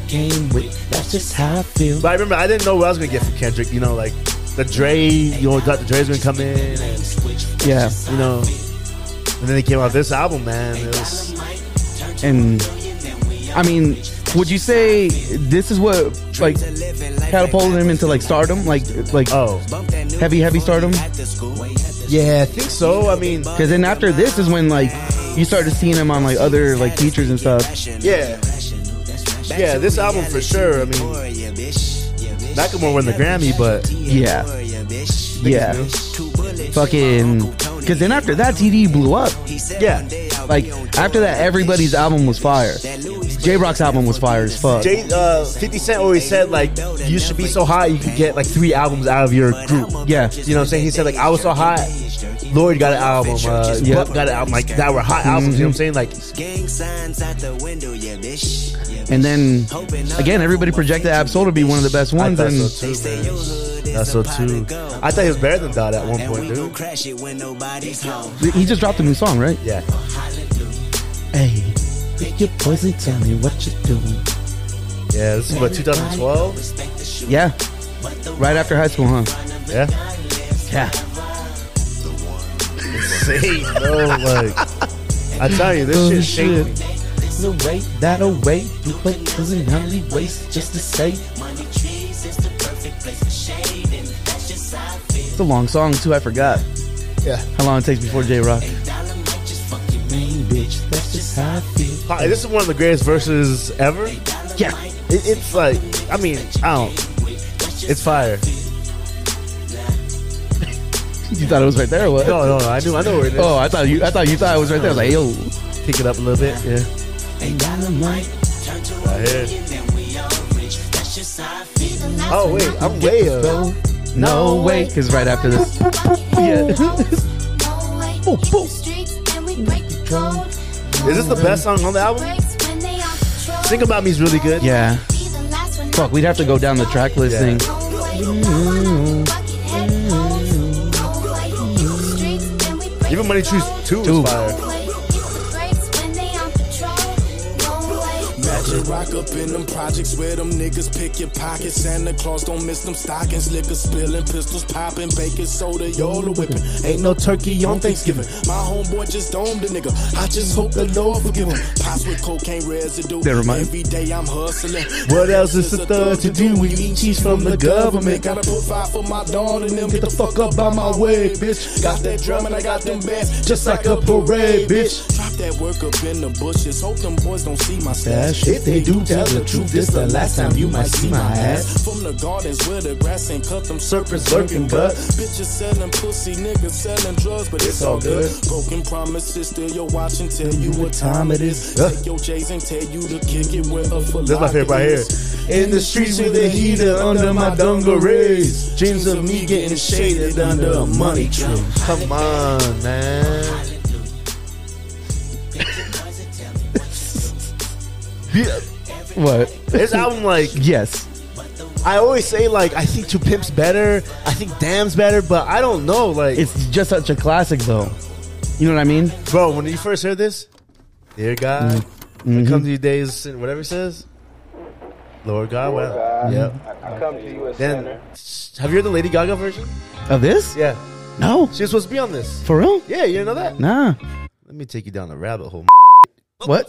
Speaker 3: Game with. That's just how I feel.
Speaker 2: But I remember I didn't know what I was gonna get from Kendrick. You know, like the Dre. You know, Dr. Dre's gonna come in, and
Speaker 3: Yeah.
Speaker 2: you know, and then they came out this album, man. It was
Speaker 3: and I mean, would you say this is what like catapulted him into like stardom, like like
Speaker 2: oh
Speaker 3: heavy heavy stardom?
Speaker 2: yeah, I think so. I mean,
Speaker 3: Because then after this is when like you started seeing him on like other like features and stuff.
Speaker 2: yeah, yeah, this album for sure. I mean, Macklemore won the Grammy, but
Speaker 3: Yeah, yeah, fucking. Because then after that, TD blew up.
Speaker 2: yeah,
Speaker 3: Like after that, everybody's album was fire. J Rock's album was fire as fuck.
Speaker 2: Jay, uh, 50 Cent always said, like, you should be so hot you could get, like, three albums out of your group.
Speaker 3: Yeah.
Speaker 2: You know what I'm saying? He said, like, I was so hot. Lloyd got an album. Uh,
Speaker 3: Yeah.
Speaker 2: Buck got an album. Like, that were hot albums. You know what I'm saying? Like,
Speaker 1: Gang signs out the window, yeah, bitch. Yeah,
Speaker 3: And then again, everybody projected Absol to be one of the best
Speaker 2: I
Speaker 3: ones,
Speaker 2: thought
Speaker 3: and
Speaker 2: so too, man. That's so too. I thought he was better than Dot at one point, dude.
Speaker 1: crash it when nobody's home.
Speaker 3: he just dropped a new song, right?
Speaker 2: Yeah.
Speaker 3: Hey, pick your poison, tell me what you're doing.
Speaker 2: Yeah, this is what, 2012?
Speaker 3: Yeah. Right after high school, huh?
Speaker 2: Yeah.
Speaker 3: Yeah.
Speaker 2: See, no, like, I tell you, this Oh, shit shaped me.
Speaker 3: The way that away, you play prison only waste just to say. It's a long song too. I forgot
Speaker 2: Yeah.
Speaker 3: how long it takes before J Rock.
Speaker 2: Pa- This is one of the greatest verses ever.
Speaker 3: Yeah, Oh.
Speaker 2: It, it's like, I mean, I don't. It's fire.
Speaker 3: you thought it was right there. or What?
Speaker 2: No, no, no. I knew, I know where it is.
Speaker 3: Oh, I thought you. I thought you thought it was right there. I was like, yo,
Speaker 2: Pick it up a little bit. Yeah. Right here. Oh wait, I'm way up.
Speaker 3: no way, because right after this.
Speaker 2: Is this the best song on the album? Think about me is really good.
Speaker 3: Yeah.
Speaker 4: Fuck, we'd have to go down the track list
Speaker 2: Yeah.
Speaker 4: thing.
Speaker 2: Even Money Trees Two is
Speaker 3: Two.
Speaker 2: fire.
Speaker 5: Magic rock up in them projects where them niggas pick your pockets. Santa Claus don't miss them stockings. Liquor spilling, pistols popping, baking soda, y'all whipping. Ain't no turkey on Thanksgiving. My homeboy just domed a nigga. I just hope the Lord forgive him. Pots with cocaine residue.
Speaker 3: Never mind.
Speaker 5: Every day I'm hustling.
Speaker 2: What else is a thug to do when you eat cheese from the government?
Speaker 5: Gotta put five for my daughter and them. Get the fuck up out my way, bitch. Got that drum and I got them bands, just like a parade, bitch. Drop that work up in the bushes. Hope them boys don't see my stash.
Speaker 3: If they do, tell the truth. This the last time you might see my ass.
Speaker 5: From the gardens where the grass ain't cut, them serpents lurking, but bitches selling pussy, niggas selling drugs, but it's all good. Broken promises, still you're watching, tell you what time it is. Take your J's and tell you to kick it with a full
Speaker 2: That's my favorite right here.
Speaker 5: In the streets with a heater under my dungarees. Dreams of me getting shaded under a money tree.
Speaker 2: Come on, man.
Speaker 3: What?
Speaker 2: This album, like,
Speaker 3: Yes.
Speaker 2: I always say, like, I think Two Pimps better. I think Damn's better, but I don't know. Like,
Speaker 3: It's just such a classic, though. You know what I mean?
Speaker 2: bro, when you first heard this, dear God,
Speaker 3: Mm-hmm.
Speaker 2: when it comes to your days, and whatever it says, Lord God,
Speaker 6: Lord
Speaker 2: whatever.
Speaker 6: God,
Speaker 2: Yep.
Speaker 6: I, I come to you as
Speaker 2: Then,
Speaker 6: sinner.
Speaker 2: have you heard the Lady Gaga version?
Speaker 3: Of this?
Speaker 2: Yeah,
Speaker 3: No.
Speaker 2: she was supposed to be on this.
Speaker 3: For real?
Speaker 2: Yeah, you didn't know that?
Speaker 3: Nah.
Speaker 2: Let me take you down the rabbit hole.
Speaker 3: What?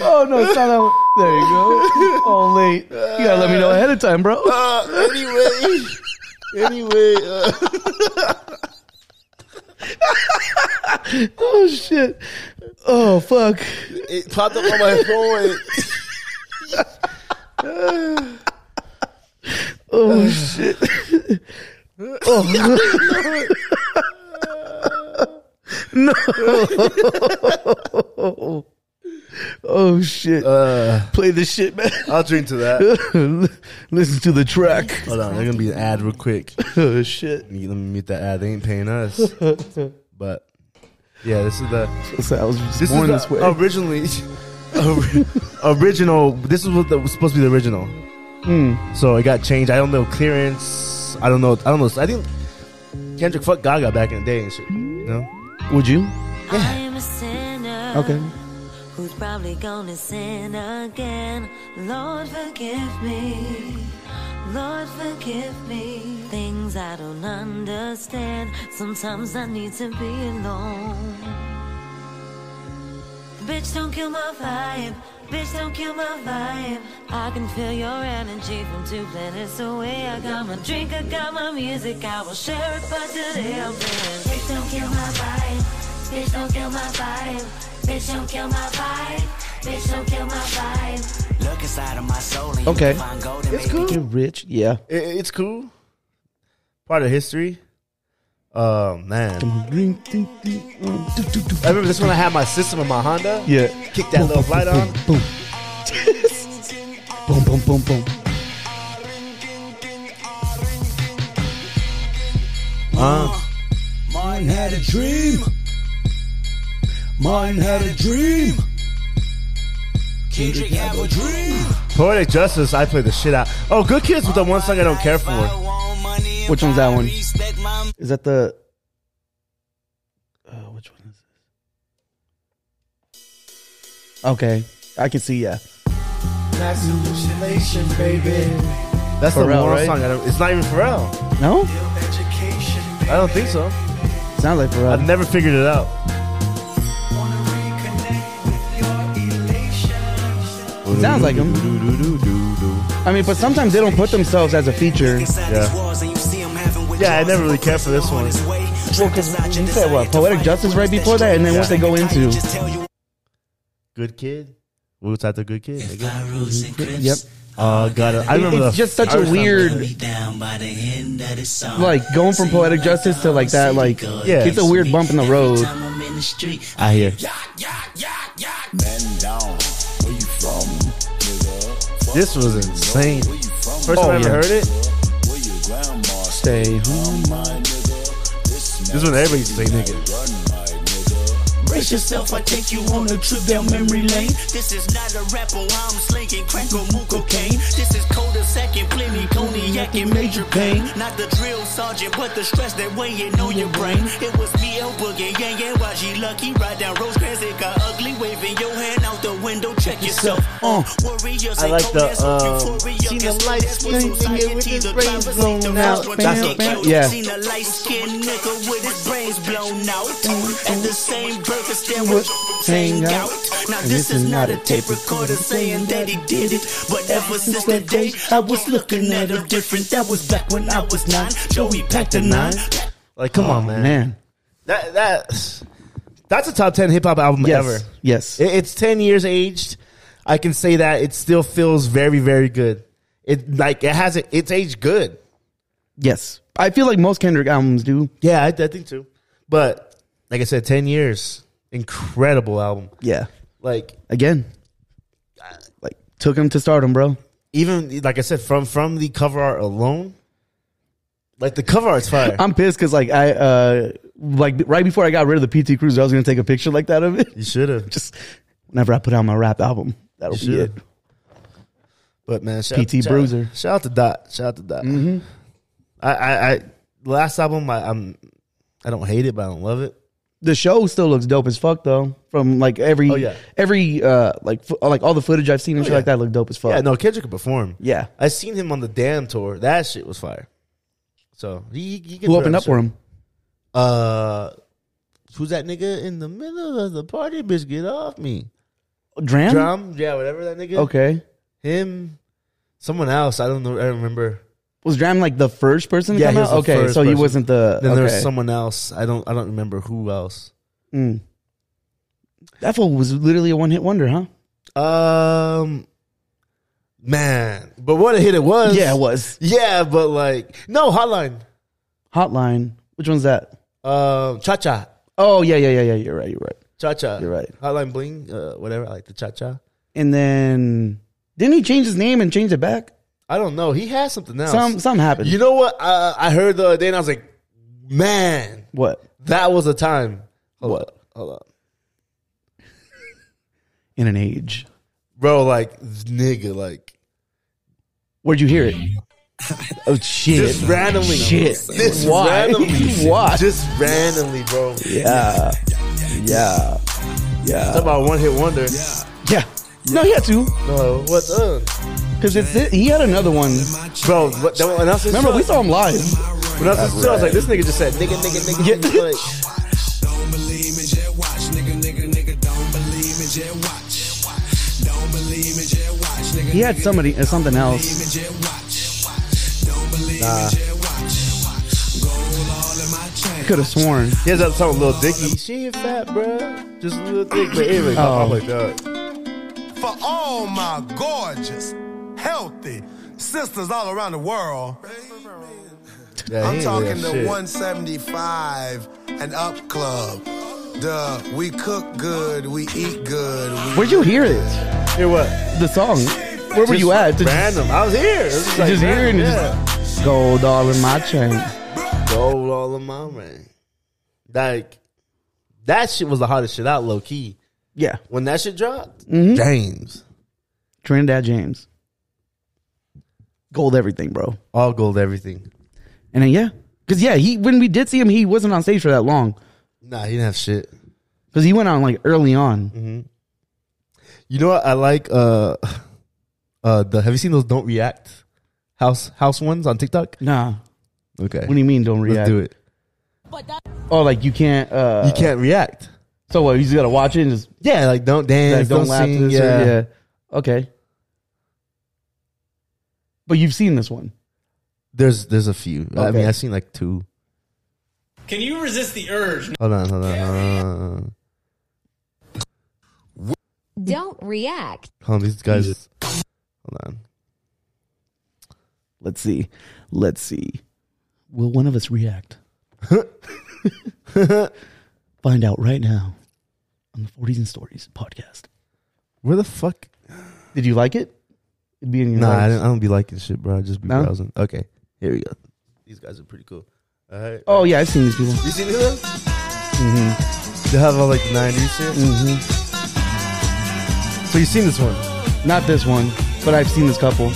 Speaker 3: oh no! It's not out. There you go. All late. You gotta let me know ahead of time, bro.
Speaker 2: Uh, anyway, anyway, uh, uh.
Speaker 3: Oh shit. Oh fuck.
Speaker 2: it popped up on my phone.
Speaker 3: Oh shit. Oh. no. oh shit.
Speaker 2: Uh,
Speaker 3: Play this shit, man.
Speaker 2: I'll drink to that.
Speaker 3: Listen to the track.
Speaker 2: Hold on, they're gonna be an ad real quick.
Speaker 3: Oh shit.
Speaker 2: Let me let me mute that ad. They ain't paying us. But yeah, this is the
Speaker 3: So I was just
Speaker 2: this
Speaker 3: born
Speaker 2: is
Speaker 3: this way.
Speaker 2: the originally ori- original. This is what the, was supposed to be the original. So it got changed. I don't know clearance. I don't know. I don't know. I think Kendrick fucked Gaga back in the day and shit. You know?
Speaker 3: Would you?
Speaker 7: I'm a sinner.
Speaker 3: Okay.
Speaker 7: Who's probably gonna sin again? Lord, forgive me. Lord, forgive me. Things I don't understand. Sometimes I need to be alone. Bitch, don't kill my vibe. Bitch, don't kill my vibe. I can feel your energy from two planets away. I got my drink, I got my music. I will share it, but today I'm playing.
Speaker 4: Bitch, don't kill my vibe. Bitch, don't kill my vibe. Bitch, don't kill my vibe. Bitch, don't kill my vibe.
Speaker 8: Look inside of my soul and you
Speaker 3: Okay.
Speaker 8: can find gold and
Speaker 2: It's
Speaker 8: maybe
Speaker 2: cool.
Speaker 3: You're rich. Yeah.
Speaker 2: It, it's cool. Part of history. Oh man. I remember this when I had my system in my Honda.
Speaker 3: Yeah.
Speaker 2: Kick that little light on.
Speaker 3: Boom. boom, boom, boom, boom.
Speaker 5: Mine had a dream. Mine had a dream. Kendrick have a dream.
Speaker 2: Poetic Justice, I play the shit out. Oh, Good Kids with the one song I don't care for.
Speaker 8: I want money and
Speaker 3: Which one's that one?
Speaker 8: respect my
Speaker 3: Is that the? Uh, which one is this? Okay, I can see. Yeah,
Speaker 5: Masturbation, baby.
Speaker 2: That's the
Speaker 3: Pharrell,
Speaker 2: one
Speaker 3: right?
Speaker 2: song I don't. It's not even Pharrell.
Speaker 3: no,
Speaker 5: Education, baby.
Speaker 2: I don't think so.
Speaker 3: sounds like for
Speaker 2: I've
Speaker 3: us.
Speaker 2: never figured it out.
Speaker 3: Sounds like him. I mean, but sometimes they don't put themselves as a feature.
Speaker 8: inside
Speaker 2: Yeah.
Speaker 8: these walls and you see 'em having withdrawals.
Speaker 2: Yeah, I never really cared for this one.
Speaker 8: Well, because
Speaker 3: You said what? Poetic justice right before that, and then once they go into,
Speaker 2: Good Kid. We was at the Good Kid. I guess.
Speaker 3: yep.
Speaker 2: Uh, got it. I remember.
Speaker 3: It's
Speaker 2: the
Speaker 3: just such a
Speaker 2: first time-
Speaker 3: weird, like going from poetic justice to like that, like
Speaker 2: Yeah.
Speaker 3: it's a weird bump in the road.
Speaker 2: I hear. This was insane. First time I ever
Speaker 3: Oh, yeah.
Speaker 2: heard it.
Speaker 3: Stay home.
Speaker 2: This is when everybody used to say nigga.
Speaker 8: Brace yourself, I take you on a trip down memory lane. This is not a rapper, I'm slinking crack or more cocaine. This is cold as second, plenty cognac and major pain. Not the drill sergeant, but the stress that weighing on your brain. It was me, El Boogie, Yang, and YG Lucky. Ride down Rosecrans, it got ugly, waving your hand out the window, check check yourself. Uh, warriors
Speaker 2: I
Speaker 8: and
Speaker 2: like the,
Speaker 8: coldness,
Speaker 2: um,
Speaker 8: euphoria,
Speaker 2: seen the
Speaker 8: guess what?
Speaker 2: lights,
Speaker 8: That's what
Speaker 2: bling, bling,
Speaker 8: society,
Speaker 2: with his
Speaker 8: the
Speaker 2: brains
Speaker 8: drivers,
Speaker 2: blown
Speaker 8: the
Speaker 2: out.
Speaker 8: first one
Speaker 2: Bam,
Speaker 8: to get
Speaker 2: bam.
Speaker 8: killed.
Speaker 3: Yeah.
Speaker 8: Seen a light skinned nigga with his brains blown out. And the same burger stand was hang out. Now this is not a tape recorder saying that he did it. But ever since that day, I was looking at him different. That was back when I was nine. Joey packed a nine.
Speaker 2: Like, come on, man.
Speaker 3: Oh, man.
Speaker 2: That that that's a top ten hip hop album
Speaker 3: Yes.
Speaker 2: ever.
Speaker 3: Yes.
Speaker 2: It- it's ten years aged. I can say that it still feels very, very good. It like it has it. It's aged good.
Speaker 3: yes. I feel like most Kendrick albums do.
Speaker 2: Yeah, I, I think too. But like I said, ten years, incredible album.
Speaker 3: Yeah.
Speaker 2: Like
Speaker 3: Again, like took him to stardom, bro.
Speaker 2: even like I said, from from the cover art alone, like the cover art's fire.
Speaker 3: I'm pissed because like I uh like right before I got rid of the PT Cruiser, I was gonna take a picture like that of it.
Speaker 2: you should have.
Speaker 3: Just whenever I put out my rap album, that'll be
Speaker 2: Sure.
Speaker 3: it.
Speaker 2: But man, shout,
Speaker 3: PT
Speaker 2: shout-
Speaker 3: Bruiser.
Speaker 2: Shout out to Dot. Shout out to Dot. I, I, I last album I, I'm I don't hate it, but I don't love it.
Speaker 3: The show still looks dope as fuck though. From like every
Speaker 2: Oh, yeah. Oh,
Speaker 3: every uh like fo- like all the footage I've seen and shit
Speaker 2: yeah.
Speaker 3: like that look dope as fuck.
Speaker 2: Yeah, no, Kendrick could perform.
Speaker 3: Yeah.
Speaker 2: I seen him on the Damn tour. That shit was fire. So he, he can
Speaker 3: Who
Speaker 2: throw
Speaker 3: opened
Speaker 2: that
Speaker 3: up for
Speaker 2: shit.
Speaker 3: him?
Speaker 2: Uh, who's that nigga in the middle of the party? Bitch, get off me.
Speaker 3: Dram?
Speaker 2: Drum, yeah, whatever that nigga.
Speaker 3: Okay.
Speaker 2: him, someone else. I don't know. I don't remember.
Speaker 3: Was Dram like the first person to
Speaker 2: Yeah,
Speaker 3: come
Speaker 2: he was
Speaker 3: out?
Speaker 2: the
Speaker 3: Okay,
Speaker 2: first
Speaker 3: so he
Speaker 2: person.
Speaker 3: wasn't the
Speaker 2: Then
Speaker 3: okay.
Speaker 2: there's someone else. I don't. I don't remember who else.
Speaker 3: Mm. That fool was literally a one hit wonder, huh?
Speaker 2: Um, man, but what a hit it was.
Speaker 3: Yeah, it was.
Speaker 2: Yeah, but like no hotline.
Speaker 3: Hotline. Which one's that?
Speaker 2: Um, cha cha,
Speaker 3: Oh yeah, yeah, yeah, yeah. You're right. You're right.
Speaker 2: cha cha.
Speaker 3: You're right.
Speaker 2: Hotline bling, uh, whatever. I like the cha cha.
Speaker 3: And then didn't he change his name and change it back?
Speaker 2: I don't know. He has something else.
Speaker 3: Some something happened.
Speaker 2: you know what? Uh, I heard the other day, and I was like, man,
Speaker 3: what?
Speaker 2: that was a time. Hold up, hold up,
Speaker 3: In an age.
Speaker 2: bro. Like nigga, like
Speaker 3: Where'd you hear it? Oh shit.
Speaker 2: just randomly,
Speaker 3: Shit.
Speaker 2: Just
Speaker 3: Why?
Speaker 2: randomly,
Speaker 3: Why?
Speaker 2: Just randomly, bro.
Speaker 3: yeah. Yeah.
Speaker 2: Talk
Speaker 3: Yeah.
Speaker 2: about one hit wonder.
Speaker 3: Yeah. No, he had two.
Speaker 2: No, what's up?
Speaker 3: Because it's he had another one.
Speaker 2: Bro, what, that, when I was
Speaker 3: Remember, we saw him live.
Speaker 2: when I was listening to it, I was like, this nigga just said, nigga, nigga, nigga, nigga. Like,
Speaker 6: Don't believe me, just watch, nigga, nigga, nigga. Don't believe me, just watch. Don't believe me, just watch, nigga.
Speaker 3: He had somebody uh, something
Speaker 6: Believe
Speaker 3: else.
Speaker 6: me, just watch. Don't believe me, just watch. Gold all in my chain.
Speaker 3: Could have sworn.
Speaker 2: here's that song, Lil Dicky. She ain't fat, bro. Just a little dick, but anyway,
Speaker 3: Oh.
Speaker 2: I'm like that.
Speaker 9: for all my gorgeous, healthy sisters all around the world.
Speaker 2: Yeah,
Speaker 9: I'm
Speaker 2: he ain't
Speaker 9: talking
Speaker 2: really
Speaker 9: the
Speaker 2: that shit.
Speaker 9: 175 and up club. The we cook good, we eat good. We
Speaker 3: Where'd you hear it?
Speaker 2: Hear what?
Speaker 3: The song. Where were you
Speaker 2: Just
Speaker 3: at? Did you-
Speaker 2: Random. I was here. It was just like
Speaker 3: just
Speaker 2: random,
Speaker 3: hearing it, just-
Speaker 2: yeah.
Speaker 3: Gold all in my chain.
Speaker 2: Gold all in my ring. Like, that shit was the hottest shit out, low key.
Speaker 3: Yeah.
Speaker 2: When that shit dropped, James.
Speaker 3: Trinidad James. Gold everything, bro.
Speaker 2: All gold, everything.
Speaker 3: And then yeah, because yeah, he when we did see him, he wasn't on stage for that long
Speaker 2: Nah, he didn't have shit.
Speaker 3: because he went on like early on.
Speaker 2: Mm-hmm. You know what I like? Uh, uh, the have you seen those don't react house house ones on TikTok?
Speaker 3: Nah,
Speaker 2: Okay,
Speaker 3: what do you mean? Don't
Speaker 2: let's
Speaker 3: react.
Speaker 2: do it.
Speaker 3: Oh, like you can't. uh
Speaker 2: you can't react.
Speaker 3: So what? You just gotta watch it and just
Speaker 2: Yeah, like don't dance,
Speaker 3: like,
Speaker 2: don't,
Speaker 3: don't laugh.
Speaker 2: sing.
Speaker 3: to this
Speaker 2: yeah.
Speaker 3: Or, yeah. Okay. But you've seen this one.
Speaker 2: there's there's a few. I
Speaker 3: Okay.
Speaker 2: mean, I've seen like two.
Speaker 10: Can you resist the urge?
Speaker 2: Hold on, hold on, hold on, hold on.
Speaker 11: Don't react.
Speaker 2: Hold on, these guys. Hold on.
Speaker 3: Let's see. Let's see. Will one of us react? Find out right now on the 40s and Stories podcast.
Speaker 2: Where the fuck?
Speaker 3: Did you like it? It'd be in your
Speaker 2: Nah, I
Speaker 3: legs.
Speaker 2: don't, I don't be liking shit, bro. I just be
Speaker 3: No?
Speaker 2: browsing. Okay, here we go. These guys are pretty cool. All right.
Speaker 3: Oh yeah, I've seen these people.
Speaker 2: You seen this? Mm-hmm.
Speaker 3: Mm-hmm.
Speaker 2: They have all like the '90s shit. Mm-hmm. So you seen this one?
Speaker 3: Not this one, but I've seen this couple.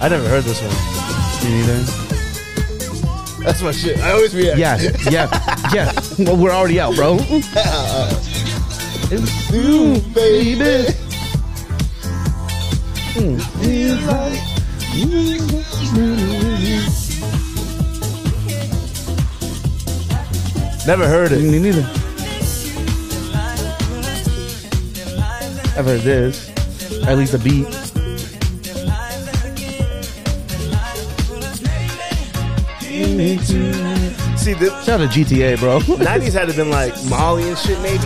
Speaker 2: I never heard this one.
Speaker 3: Me neither.
Speaker 2: That's my shit. I always react.
Speaker 3: Yeah, yeah, yeah. Well, we're already out, bro. It's you, baby.
Speaker 2: Never heard it.
Speaker 3: Me neither. I've heard this, or at least a beat.
Speaker 2: See, this
Speaker 3: shout out to GTA, bro.
Speaker 2: 90s had to have been like Molly and shit, maybe.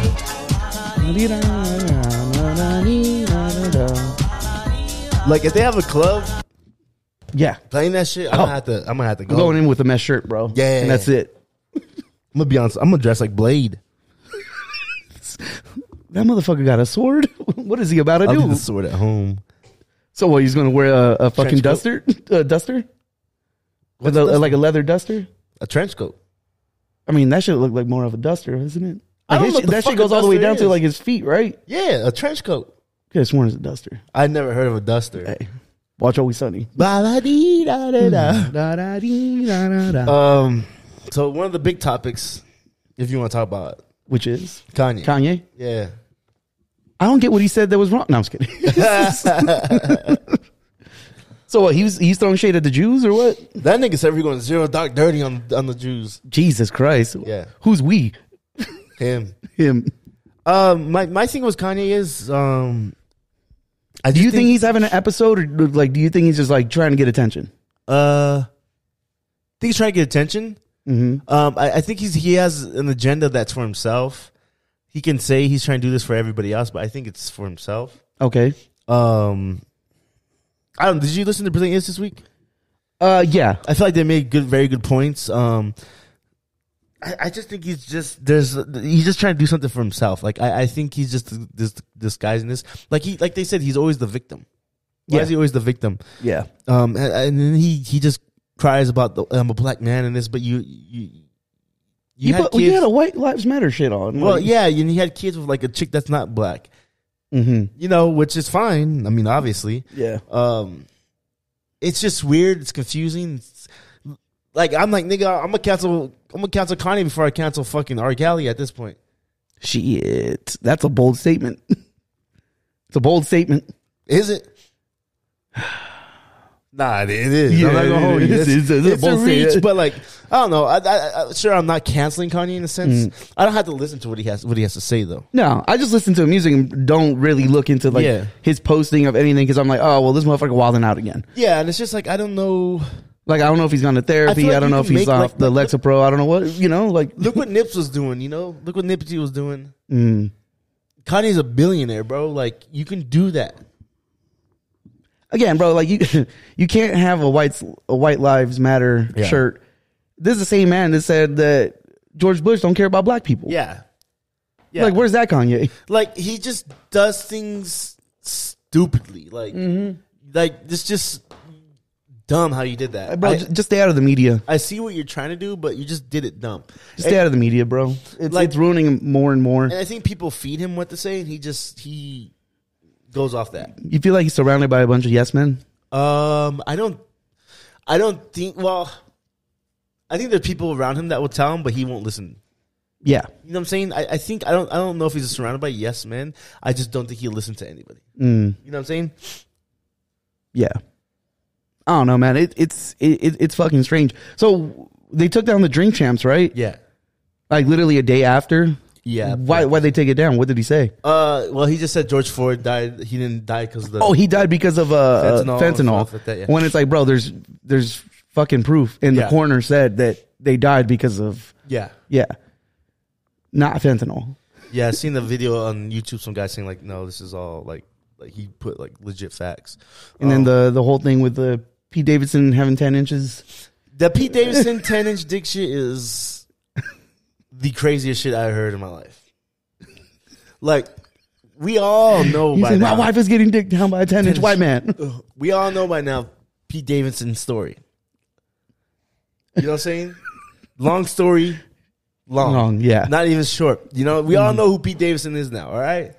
Speaker 2: Like if they have a club
Speaker 3: Yeah,
Speaker 2: playing that shit, I'm
Speaker 3: Oh.
Speaker 2: gonna have to. I'm gonna have to
Speaker 3: I'm
Speaker 2: go.
Speaker 3: going in with a mesh shirt, bro.
Speaker 2: Yeah,
Speaker 3: and that's it.
Speaker 2: I'm gonna be honest. I'm gonna dress like Blade.
Speaker 3: That motherfucker got a sword. what is he about to
Speaker 2: I'll leave
Speaker 3: do?
Speaker 2: the sword at home.
Speaker 3: So what? He's gonna wear a, a fucking
Speaker 2: Trench
Speaker 3: duster, a duster, with a,
Speaker 2: duster?
Speaker 3: like a leather duster.
Speaker 2: A trench coat.
Speaker 3: I mean, that should look like more of a duster, isn't it?
Speaker 2: I
Speaker 3: Like,
Speaker 2: don't know
Speaker 3: his shit-
Speaker 2: what the
Speaker 3: that
Speaker 2: fuck
Speaker 3: shit
Speaker 2: a
Speaker 3: goes all the way
Speaker 2: duster
Speaker 3: down to
Speaker 2: is.
Speaker 3: like his feet, right?
Speaker 2: Yeah, a trench coat.
Speaker 3: Could have sworn it's a duster.
Speaker 2: I never heard of a duster.
Speaker 3: Hey, watch Always Sunny. Hmm.
Speaker 2: Ba-da-dee-da-da-da.
Speaker 3: Da-da-dee-da-da-da.
Speaker 2: Um, so one of the big topics, if you want to talk about
Speaker 3: Which is
Speaker 2: Kanye,
Speaker 3: Kanye.
Speaker 2: yeah,
Speaker 3: I don't get what he said that was wrong. No, I'm just kidding. so what? He was he's throwing shade at the Jews or what?
Speaker 2: that nigga said we're going zero dark dirty on on the Jews.
Speaker 3: Jesus Christ.
Speaker 2: Yeah.
Speaker 3: Who's we?
Speaker 2: Him.
Speaker 3: Him.
Speaker 2: Um, my my thing was Kanye is um, I
Speaker 3: Do you think, he's having an episode, or like, do you think he's just like trying to get attention?
Speaker 2: uh, I think he's trying to get attention.
Speaker 3: Mm-hmm.
Speaker 2: Um, I, I think he's he has an agenda that's for himself. He can say he's trying to do this for everybody else, but I think it's for himself.
Speaker 3: Okay.
Speaker 2: Um, I don't. Did you listen to Brilliant Idiots this week?
Speaker 3: Uh, yeah.
Speaker 2: I feel like they made good, very good points. Um, I, I just think he's just there's he's just trying to do something for himself. Like I, I think he's just this disguising this. Like he, like they said, he's always the victim. Why
Speaker 3: Yeah.
Speaker 2: is he always the victim?
Speaker 3: Yeah.
Speaker 2: Um, and, and then he he just cries about the I'm a black man and this, but you you
Speaker 3: You,
Speaker 2: had
Speaker 3: put, you
Speaker 2: kids-
Speaker 3: had a White Lives Matter shit on.
Speaker 2: well,
Speaker 3: like-
Speaker 2: yeah, and he had kids with like a chick that's not black.
Speaker 3: Mhm.
Speaker 2: You know, which is fine. I mean, obviously.
Speaker 3: Yeah.
Speaker 2: Um, it's just weird. It's confusing. It's- like I'm like nigga, I'm gonna cancel. I'm gonna cancel Kanye before I cancel fucking R. Kelly at this point.
Speaker 3: Shit. That's a bold statement. it's a bold statement.
Speaker 2: Is it? Nah, it it is.
Speaker 3: Yeah,
Speaker 2: I'm not gonna hold
Speaker 3: it
Speaker 2: you.
Speaker 3: is.
Speaker 2: It's,
Speaker 3: It's a- it's a
Speaker 2: it's a
Speaker 3: bold
Speaker 2: reach,
Speaker 3: statement.
Speaker 2: but like I don't know. I, I, I, sure, I'm not canceling Kanye in a sense. I don't have to listen to what he has what he has to say though.
Speaker 3: No, I just listen to music and don't really look into like
Speaker 2: Yeah.
Speaker 3: his posting of anything because I'm like, oh well, this motherfucker wilding out again.
Speaker 2: Yeah, and it's just like I don't know.
Speaker 3: Like I don't know if he's gone to therapy. I,
Speaker 2: I feel like
Speaker 3: don't
Speaker 2: you
Speaker 3: know if
Speaker 2: can
Speaker 3: he's
Speaker 2: make,
Speaker 3: off
Speaker 2: like,
Speaker 3: the Lexapro. I don't know what you know. Like
Speaker 2: look what Nips was doing, you know? Look what Nipsey was doing. Mm. Kanye's a billionaire, bro. Like, you can do that.
Speaker 3: again, bro, like you, you can't have a white a White Lives Matter
Speaker 2: Yeah.
Speaker 3: shirt. This is the same man that said that George Bush don't care about black people.
Speaker 2: Yeah. Yeah.
Speaker 3: Like, where's that Kanye?
Speaker 2: Like, he just does things stupidly. Like, like it's just dumb how you did that.
Speaker 3: Bro,
Speaker 2: I,
Speaker 3: j- just stay out of the media.
Speaker 2: I see what you're trying to do, but you just did it dumb.
Speaker 3: Just stay out of the media, bro. It's,
Speaker 2: Like-
Speaker 3: it's ruining him more and more.
Speaker 2: And I think people feed him what to say, and he just, he goes off that.
Speaker 3: You feel like he's surrounded by a bunch of yes men.
Speaker 2: Um, I don't, I don't think, well, I think there's people around him that will tell him, but he won't listen.
Speaker 3: Yeah,
Speaker 2: You know what I'm saying? I, I think I don't I don't know if he's surrounded by yes men. I just don't think he'll listen to anybody. You know what I'm saying?
Speaker 3: yeah. I don't know, man. It, it's it, it, it's fucking strange. So they took down the Drink Champs, right?
Speaker 2: Yeah.
Speaker 3: Like literally a day after.
Speaker 2: Yeah.
Speaker 3: Why why they take it down? What did he say?
Speaker 2: Uh well he just said George Floyd died he didn't die because the
Speaker 3: Oh, he died because of uh,
Speaker 2: Uh, Fentanyl or
Speaker 3: fentanyl. fentanyl.
Speaker 2: stuff like that, yeah.
Speaker 3: When it's like, bro, there's there's fucking proof, and the
Speaker 2: Yeah.
Speaker 3: coroner said that they died because of
Speaker 2: Yeah.
Speaker 3: yeah, not fentanyl.
Speaker 2: Yeah, I seen the video on YouTube some guy saying like no this is all like like he put like legit facts.
Speaker 3: And then
Speaker 2: Oh.
Speaker 3: the the whole thing with the Pete Davidson having ten inches.
Speaker 2: The Pete Davidson ten inch dick shit is the craziest shit I heard in my life. Like we all know
Speaker 3: He
Speaker 2: by
Speaker 3: said,
Speaker 2: now.
Speaker 3: my wife is getting dicked down by a ten inch white man.
Speaker 2: we all know by now Pete Davidson's story. You know what I'm saying? long story, long.
Speaker 3: Long, yeah. Mm.
Speaker 2: Not even short. You know, we all know who Pete Davidson is now, all right?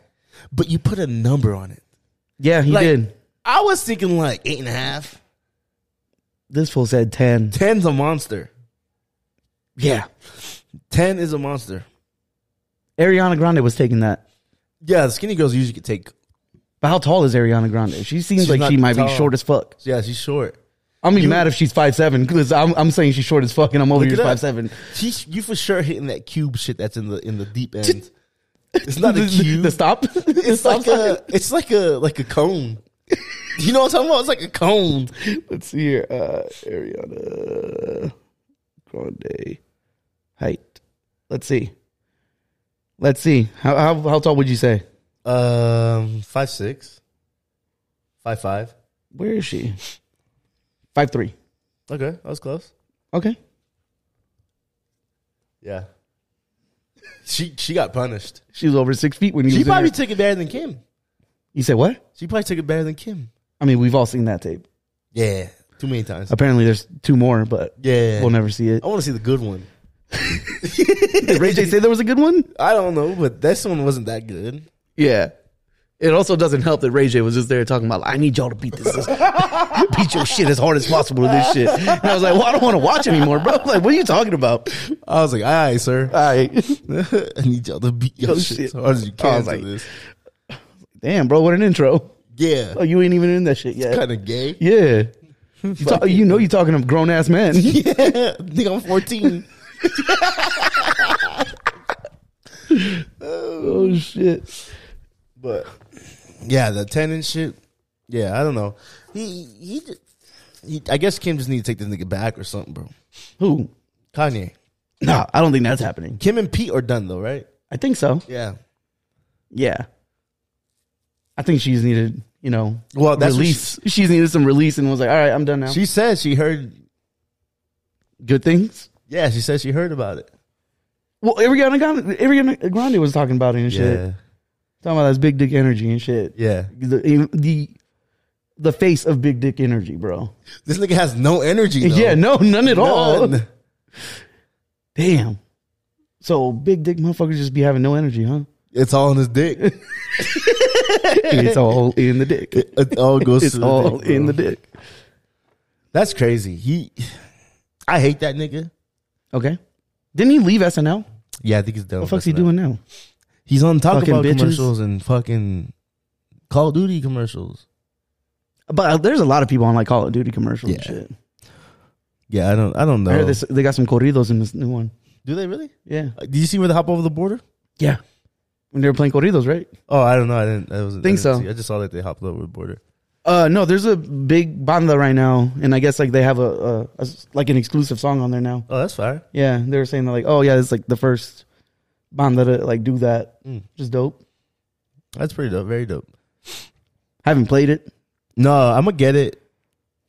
Speaker 2: But you put a number on it.
Speaker 3: yeah, he
Speaker 2: Like,
Speaker 3: did.
Speaker 2: I was thinking like eight and a half.
Speaker 3: This fool said ten.
Speaker 2: Ten's a monster.
Speaker 3: Yeah,
Speaker 2: Ten is a monster.
Speaker 3: Ariana Grande was taking that.
Speaker 2: Yeah, the skinny girls usually could take.
Speaker 3: But how tall is Ariana Grande? She seems
Speaker 2: She's
Speaker 3: like
Speaker 2: not
Speaker 3: she might be
Speaker 2: tall.
Speaker 3: short as fuck.
Speaker 2: Yeah, she's short.
Speaker 3: I'm even
Speaker 2: You-
Speaker 3: mad if she's five seven because I'm, I'm saying she's short as fuck and I'm over
Speaker 2: Look
Speaker 3: here
Speaker 2: it up.
Speaker 3: five seven.
Speaker 2: She's you for sure hitting that cube shit that's in the in the deep end. It's not a
Speaker 3: The- the-
Speaker 2: cube.
Speaker 3: the stop?
Speaker 2: It's
Speaker 3: Stop
Speaker 2: like uh, a it's like a like a cone. You know what I'm talking about? It's like a cone.
Speaker 3: Let's see here. Uh, Ariana Grande height. Let's see. Let's see. How how, how tall would you say?
Speaker 2: Um, five six. Five five.
Speaker 3: Where is she? Five three.
Speaker 2: Okay, that was close.
Speaker 3: Okay.
Speaker 2: Yeah. She she got punished.
Speaker 3: She was over six feet when you.
Speaker 2: She
Speaker 3: was in
Speaker 2: probably
Speaker 3: her-
Speaker 2: took it better than Kim.
Speaker 3: you said what?
Speaker 2: She probably took it better than Kim.
Speaker 3: I mean, we've all seen that tape.
Speaker 2: Yeah, too many times.
Speaker 3: Apparently, there's two more, but
Speaker 2: Yeah.
Speaker 3: we'll never see it.
Speaker 2: I want to see the good one.
Speaker 3: Did Ray J say there was a good one?
Speaker 2: I don't know, but this one wasn't that good.
Speaker 3: Yeah. It also doesn't help that Ray J was just there talking about, like, I need y'all to beat this, beat your shit as hard as possible with this shit. And I was like, well, I don't want to watch anymore, bro. Like, what are you talking about?
Speaker 2: I was like, all right, sir.
Speaker 3: All right.
Speaker 2: I need y'all to beat your
Speaker 3: Oh,
Speaker 2: shit
Speaker 3: shit.
Speaker 2: as hard as you can
Speaker 3: I was
Speaker 2: to
Speaker 3: like-
Speaker 2: this.
Speaker 3: Damn, bro, what an intro.
Speaker 2: Yeah.
Speaker 3: Oh, you ain't even in that shit yet.
Speaker 2: kind of gay.
Speaker 3: yeah. You, talk- you know you're talking to grown ass men.
Speaker 2: Yeah. Nigga, I'm 14.
Speaker 3: oh, shit.
Speaker 2: But yeah, the tenant shit. Yeah, I don't know. He he, ju- he I guess Kim just need to take this nigga back or something, bro.
Speaker 3: Who?
Speaker 2: Kanye.
Speaker 3: Nah, I don't think that's happening.
Speaker 2: Kim and Pete are done though, right?
Speaker 3: I think so.
Speaker 2: Yeah.
Speaker 3: Yeah. I think she's needed, you know,
Speaker 2: Well, Oh, that's what
Speaker 3: release. she's needed some release and was like, all right, I'm done now.
Speaker 2: She said she heard
Speaker 3: Good things.
Speaker 2: yeah, she said she heard about it.
Speaker 3: Well, Ariana Grande, Ariana Grande was talking about it and shit.
Speaker 2: Yeah.
Speaker 3: Talking about this big dick energy and shit.
Speaker 2: Yeah.
Speaker 3: The, the the face of big dick energy, bro.
Speaker 2: This nigga has no energy though.
Speaker 3: Yeah, no, none at all.
Speaker 2: None.
Speaker 3: Damn. So big dick motherfuckers just be having no energy, huh?
Speaker 2: It's all in his dick.
Speaker 3: It's all in the dick.
Speaker 2: It all goes
Speaker 3: It's
Speaker 2: to the
Speaker 3: all
Speaker 2: dick,
Speaker 3: in
Speaker 2: bro.
Speaker 3: the dick.
Speaker 2: That's crazy. He I hate that nigga.
Speaker 3: Okay. Didn't he leave SNL?
Speaker 2: Yeah, I think he's done.
Speaker 3: What the
Speaker 2: with
Speaker 3: fuck's he
Speaker 2: us now.
Speaker 3: doing now?
Speaker 2: He's on Taco
Speaker 3: Fucking
Speaker 2: Bell
Speaker 3: bitches.
Speaker 2: commercials and fucking Call of Duty commercials.
Speaker 3: But uh, there's a lot of people on like Call of Duty commercials and
Speaker 2: Yeah.
Speaker 3: shit.
Speaker 2: Yeah, I don't I don't know.
Speaker 3: I heard this, they got some corridos in this new one.
Speaker 2: Do they really?
Speaker 3: Yeah.
Speaker 2: Uh, Did you see where they hop over the border?
Speaker 3: Yeah. When they were playing corridos, right?
Speaker 2: Oh, I don't know. I didn't. I wasn't, I
Speaker 3: Think
Speaker 2: didn't
Speaker 3: so.
Speaker 2: see. I just saw that they hopped over the border.
Speaker 3: Uh, no, there's a big banda right now, and I guess like they have a, a- a s- like an exclusive song on there now.
Speaker 2: Oh, that's fire.
Speaker 3: Yeah, they were saying that like, oh yeah, it's like the first banda to like do that,
Speaker 2: Mm.
Speaker 3: which is dope.
Speaker 2: That's pretty dope. Very dope.
Speaker 3: Haven't played it.
Speaker 2: No, I'm gonna get it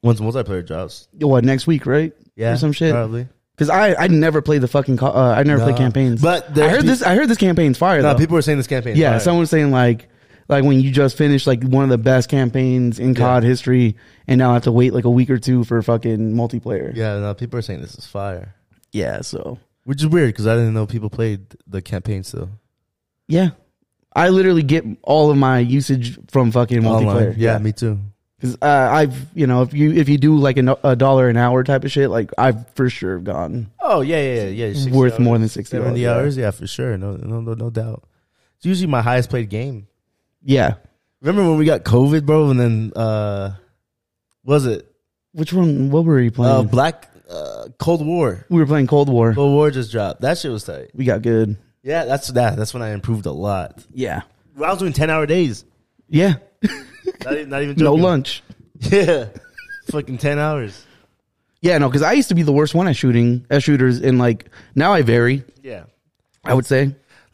Speaker 2: once multiplayer drops.
Speaker 3: What next week, right?
Speaker 2: Yeah,
Speaker 3: or some shit.
Speaker 2: probably.
Speaker 3: Because I I never played the fucking co- uh, I never played
Speaker 2: Nah.
Speaker 3: campaigns.
Speaker 2: But
Speaker 3: I
Speaker 2: there-
Speaker 3: heard this I heard this campaign's fire.
Speaker 2: No,
Speaker 3: though.
Speaker 2: people were saying this campaign.
Speaker 3: yeah,
Speaker 2: fire.
Speaker 3: someone was saying like like when you just finished like one of the best campaigns in COD history, and now I have to wait like a week or two for fucking multiplayer.
Speaker 2: Yeah, no, people are saying this is fire,
Speaker 3: yeah so
Speaker 2: which is weird because I didn't know people played the campaign still.
Speaker 3: Yeah. I literally get all of my usage from fucking multiplayer.
Speaker 2: Online. Yeah, me too.
Speaker 3: Cause uh, I've, you know, if you, if you do like a, no- a dollar an hour type of shit, like I've for sure gone
Speaker 2: Oh yeah, yeah, yeah. yeah. 60
Speaker 3: worth
Speaker 2: hours,
Speaker 3: more than 60
Speaker 2: 70
Speaker 3: Oh, yeah.
Speaker 2: hours. Yeah, for sure. No, no, no, no doubt. It's usually my highest played game.
Speaker 3: Yeah.
Speaker 2: Remember when we got COVID, bro? And then uh, what was it
Speaker 3: Which one, what were you
Speaker 2: uh,
Speaker 3: playing?
Speaker 2: Black uh, Cold War?
Speaker 3: we were playing Cold War.
Speaker 2: Cold War just dropped. That shit was tight.
Speaker 3: We got good.
Speaker 2: Yeah, that's that. That's when I improved a lot.
Speaker 3: Yeah.
Speaker 2: I was doing ten hour days.
Speaker 3: Yeah.
Speaker 2: Not even, not even
Speaker 3: no
Speaker 2: joking.
Speaker 3: lunch.
Speaker 2: Yeah, fucking ten hours.
Speaker 3: Yeah. No. Cause I used to be the worst one at shooting, at shooters. And like now I vary,
Speaker 2: Yeah,
Speaker 3: I would say.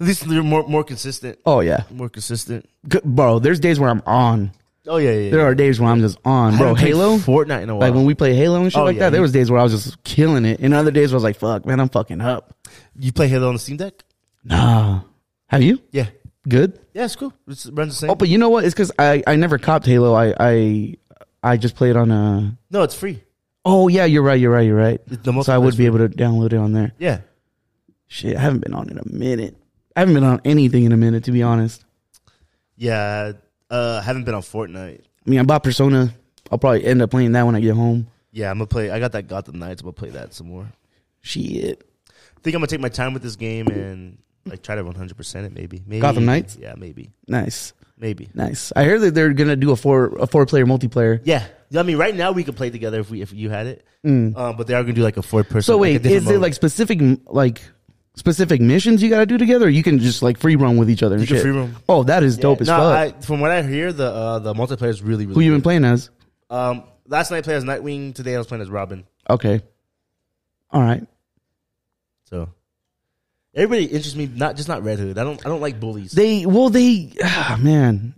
Speaker 2: at least you're more more consistent.
Speaker 3: Oh yeah.
Speaker 2: More consistent.
Speaker 3: C- Bro, there's days where I'm on.
Speaker 2: Oh yeah, yeah.
Speaker 3: There are days where I'm just on. Bro, Halo?
Speaker 2: Fortnite in a while.
Speaker 3: Like when we play Halo and shit
Speaker 2: Oh,
Speaker 3: like
Speaker 2: yeah,
Speaker 3: that, there
Speaker 2: you-
Speaker 3: was days where I was just killing it, and other days where I was like, "Fuck, man, I'm fucking up."
Speaker 2: you play Halo on the Steam Deck.
Speaker 3: Nah, have you
Speaker 2: Yeah,
Speaker 3: good?
Speaker 2: yeah, it's cool. It runs the same.
Speaker 3: Oh, but you know what? It's because I I never copped Halo. I I I just played on a.
Speaker 2: no, it's free.
Speaker 3: Oh yeah, you're right. You're right. You're right.
Speaker 2: It's the
Speaker 3: So I would
Speaker 2: multiplayer
Speaker 3: be able to download it on there.
Speaker 2: Yeah,
Speaker 3: Shit, I haven't been on in a minute. I haven't been on anything in a minute, to be honest.
Speaker 2: yeah. Uh, haven't been on Fortnite.
Speaker 3: I mean, I bought Persona. I'll probably end up playing that when I get home.
Speaker 2: Yeah, I'm gonna play. I got that Gotham Knights. I'm gonna play that some more.
Speaker 3: Shit.
Speaker 2: think I'm gonna take my time with this game and like try to one hundred percent it. Maybe. Maybe
Speaker 3: Gotham Knights?
Speaker 2: Yeah, maybe.
Speaker 3: Nice.
Speaker 2: Maybe.
Speaker 3: Nice. I hear that they're gonna do a four a four player multiplayer.
Speaker 2: Yeah. I mean, right now we could play together if we if you had it,
Speaker 3: Mm.
Speaker 2: uh, but they are gonna do like a four person.
Speaker 3: So wait, is
Speaker 2: it
Speaker 3: it like specific like specific missions you got to do together? Or you can just like free run with each other. And
Speaker 2: You can
Speaker 3: shit?
Speaker 2: free roam.
Speaker 3: Oh, that is dope as
Speaker 2: no,
Speaker 3: fuck.
Speaker 2: I, from what I hear, the uh, the multiplayer is really really.
Speaker 3: Who you been
Speaker 2: good.
Speaker 3: playing as?
Speaker 2: Um, last night I played as Nightwing. Today I was playing as Robin.
Speaker 3: Okay. All right.
Speaker 2: So everybody interests me. Not just not Red Hood. I don't I don't like bullies.
Speaker 3: They well they ah, man,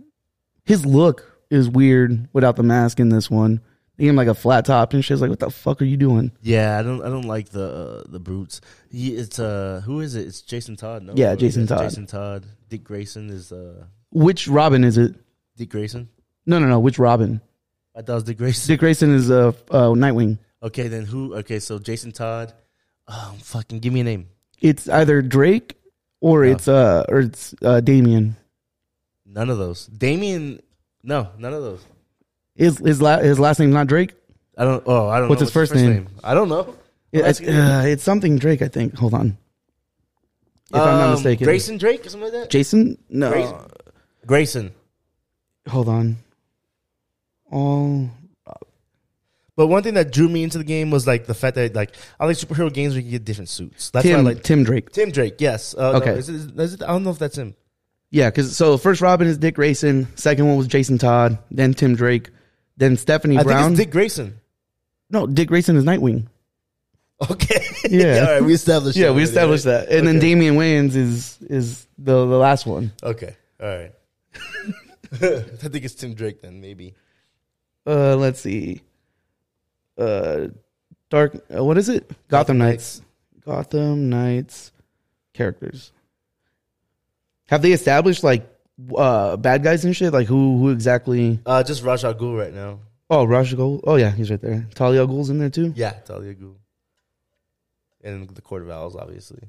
Speaker 3: his look is weird without the mask in this one. They gave him like a flat top and shit's like, what the fuck are you doing?
Speaker 2: Yeah, I don't. I don't like the uh, the brutes. He, it's uh, who is it? It's Jason Todd. No,
Speaker 3: Yeah, Jason Todd.
Speaker 2: Jason Todd. Dick Grayson is uh,
Speaker 3: Which Robin is it?
Speaker 2: Dick Grayson.
Speaker 3: No, no, no. Which Robin?
Speaker 2: I thought it was Dick Grayson.
Speaker 3: Dick Grayson is uh, f- uh Nightwing.
Speaker 2: Okay, then who? Okay, so Jason Todd. Oh, fucking give me a name.
Speaker 3: It's either Drake or it's uh or it's uh Damien.
Speaker 2: None of those. Damien. No, none of those.
Speaker 3: His his la- his last name not Drake.
Speaker 2: I don't. Oh, I don't.
Speaker 3: What's
Speaker 2: know.
Speaker 3: his first name?
Speaker 2: I don't know.
Speaker 3: It- it's,
Speaker 2: Asking you.
Speaker 3: uh, it's something Drake, I think. Hold on, if I'm not
Speaker 2: Um,
Speaker 3: mistaken.
Speaker 2: Grayson Drake or something like that.
Speaker 3: Jason? No.
Speaker 2: Grayson. Grayson.
Speaker 3: Hold on. All
Speaker 2: But one thing that drew me into the game was like the fact that like I like superhero games where you can get different suits. That's why I
Speaker 3: Tim-
Speaker 2: like
Speaker 3: Tim Drake.
Speaker 2: Tim Drake, yes. Uh, okay.
Speaker 3: Okay.
Speaker 2: is it, is it, I don't know if that's him.
Speaker 3: yeah, because so first Robin is Dick Grayson, second one was Jason Todd, then Tim Drake, then Stephanie
Speaker 2: I
Speaker 3: Brown.
Speaker 2: think it's Dick Grayson.
Speaker 3: no, Dick Grayson is Nightwing.
Speaker 2: Okay.
Speaker 3: Yeah,
Speaker 2: All right. We established.
Speaker 3: Yeah,
Speaker 2: that
Speaker 3: we
Speaker 2: already,
Speaker 3: established
Speaker 2: right?
Speaker 3: that, and then
Speaker 2: Okay.
Speaker 3: Damian Wayans is is the the last one.
Speaker 2: Okay. All right. I think it's Tim Drake then. Maybe.
Speaker 3: Uh, let's see. Uh, Dark. Uh, what is it? Gotham Knights. Gotham Knights characters. Have they established like uh bad guys and shit? Like who who exactly?
Speaker 2: Uh, just Raj Al Ghul right now.
Speaker 3: Oh, Raj Ghul. Oh yeah, he's right there. Talia Ghul's in there too.
Speaker 2: Yeah, Talia Ghul. And the Court of Owls, obviously.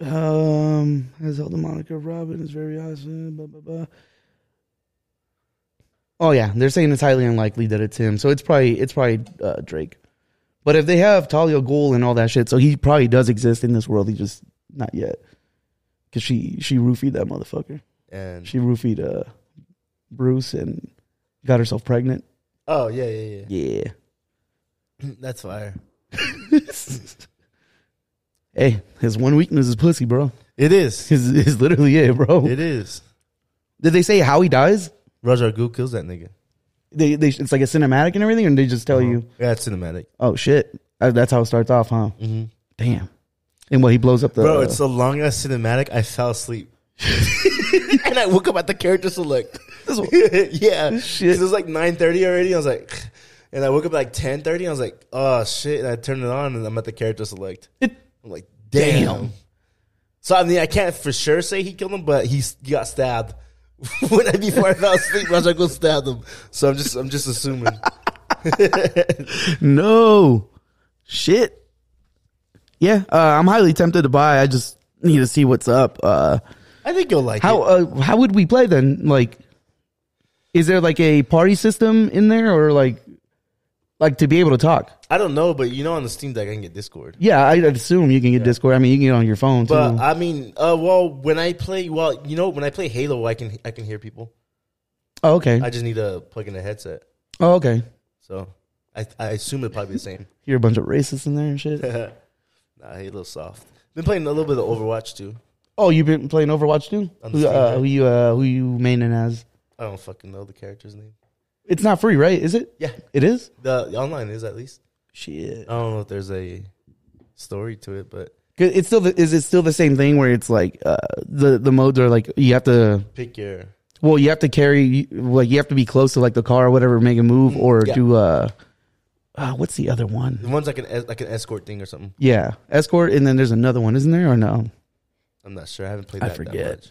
Speaker 3: Um, has held the moniker of Robin is very awesome. Blah blah blah. Oh yeah, they're saying it's highly unlikely that it's him, so it's probably it's probably uh, Drake. But if they have Talia Ghul and all that shit, so he probably does exist in this world. He just not yet, because she she roofied that motherfucker.
Speaker 2: And-
Speaker 3: she roofied uh Bruce and got herself pregnant.
Speaker 2: Oh yeah, yeah,
Speaker 3: Yeah.
Speaker 2: yeah. that's fire.
Speaker 3: Hey, his one weakness is pussy, bro.
Speaker 2: It is.
Speaker 3: Is is literally it, bro.
Speaker 2: It is.
Speaker 3: Did they say how he dies?
Speaker 2: Raj Al Ghul kills that nigga.
Speaker 3: They, they it's like a cinematic and everything, and they just tell you,
Speaker 2: Yeah, it's cinematic.
Speaker 3: "Oh shit, Uh, that's how it starts off, huh?"
Speaker 2: Mhm.
Speaker 3: Damn. And what he blows up the
Speaker 2: Bro, it's the longest cinematic. I fell asleep. and I woke up at the character select. yeah. Shit. It was like 9.30 already. I was like, and I woke up at like 10.30. I was like, oh, shit. And I turned it on and I'm at the character select. I'm like, damn.
Speaker 3: Damn.
Speaker 2: So, I mean, I can't for sure say he killed him, but he s- got stabbed. when I, before I fell asleep, Rajako stabbed him. So I'm just, I'm just assuming.
Speaker 3: no shit. Yeah, uh, I'm highly tempted to buy. I just need to see what's up. Uh,
Speaker 2: I think you'll like
Speaker 3: how
Speaker 2: it.
Speaker 3: uh, how would we play then? Like, is there like a party system in there, or like like to be able to talk?
Speaker 2: I don't know, but you know, on the Steam Deck, I can get Discord.
Speaker 3: Yeah, I would assume you can get Discord. I mean, you can get it on your phone too.
Speaker 2: But I mean, uh, well, when I play, well, you know, when I play Halo, I can I can hear people.
Speaker 3: oh, okay.
Speaker 2: I just need to plug in a headset,
Speaker 3: oh, okay.
Speaker 2: so I I assume it'll probably be the same.
Speaker 3: You're a bunch of racists in there and shit.
Speaker 2: nah, Halo soft. Been playing a little bit of Overwatch too.
Speaker 3: Oh, you've been playing Overwatch too?
Speaker 2: On
Speaker 3: Who,
Speaker 2: Steam,
Speaker 3: uh,
Speaker 2: right?
Speaker 3: who you uh, who you maining as?
Speaker 2: I don't fucking know the character's name.
Speaker 3: It's not free, right? Is it?
Speaker 2: Yeah.
Speaker 3: it is.
Speaker 2: The the online is at least.
Speaker 3: Shit.
Speaker 2: I don't know if there's a story to it, but
Speaker 3: 'Cause It's still the, is it still the same thing where it's like uh, the the modes are like you have to
Speaker 2: pick your.
Speaker 3: well you have to carry like you have to be close to like the car or whatever make a move or
Speaker 2: yeah.
Speaker 3: do uh, uh what's the other one?
Speaker 2: The one's like an es- like an escort thing or something.
Speaker 3: Yeah, escort and then there's another one, isn't there or no?
Speaker 2: I'm not sure. I haven't played.
Speaker 3: I
Speaker 2: That,
Speaker 3: forget.
Speaker 2: That much.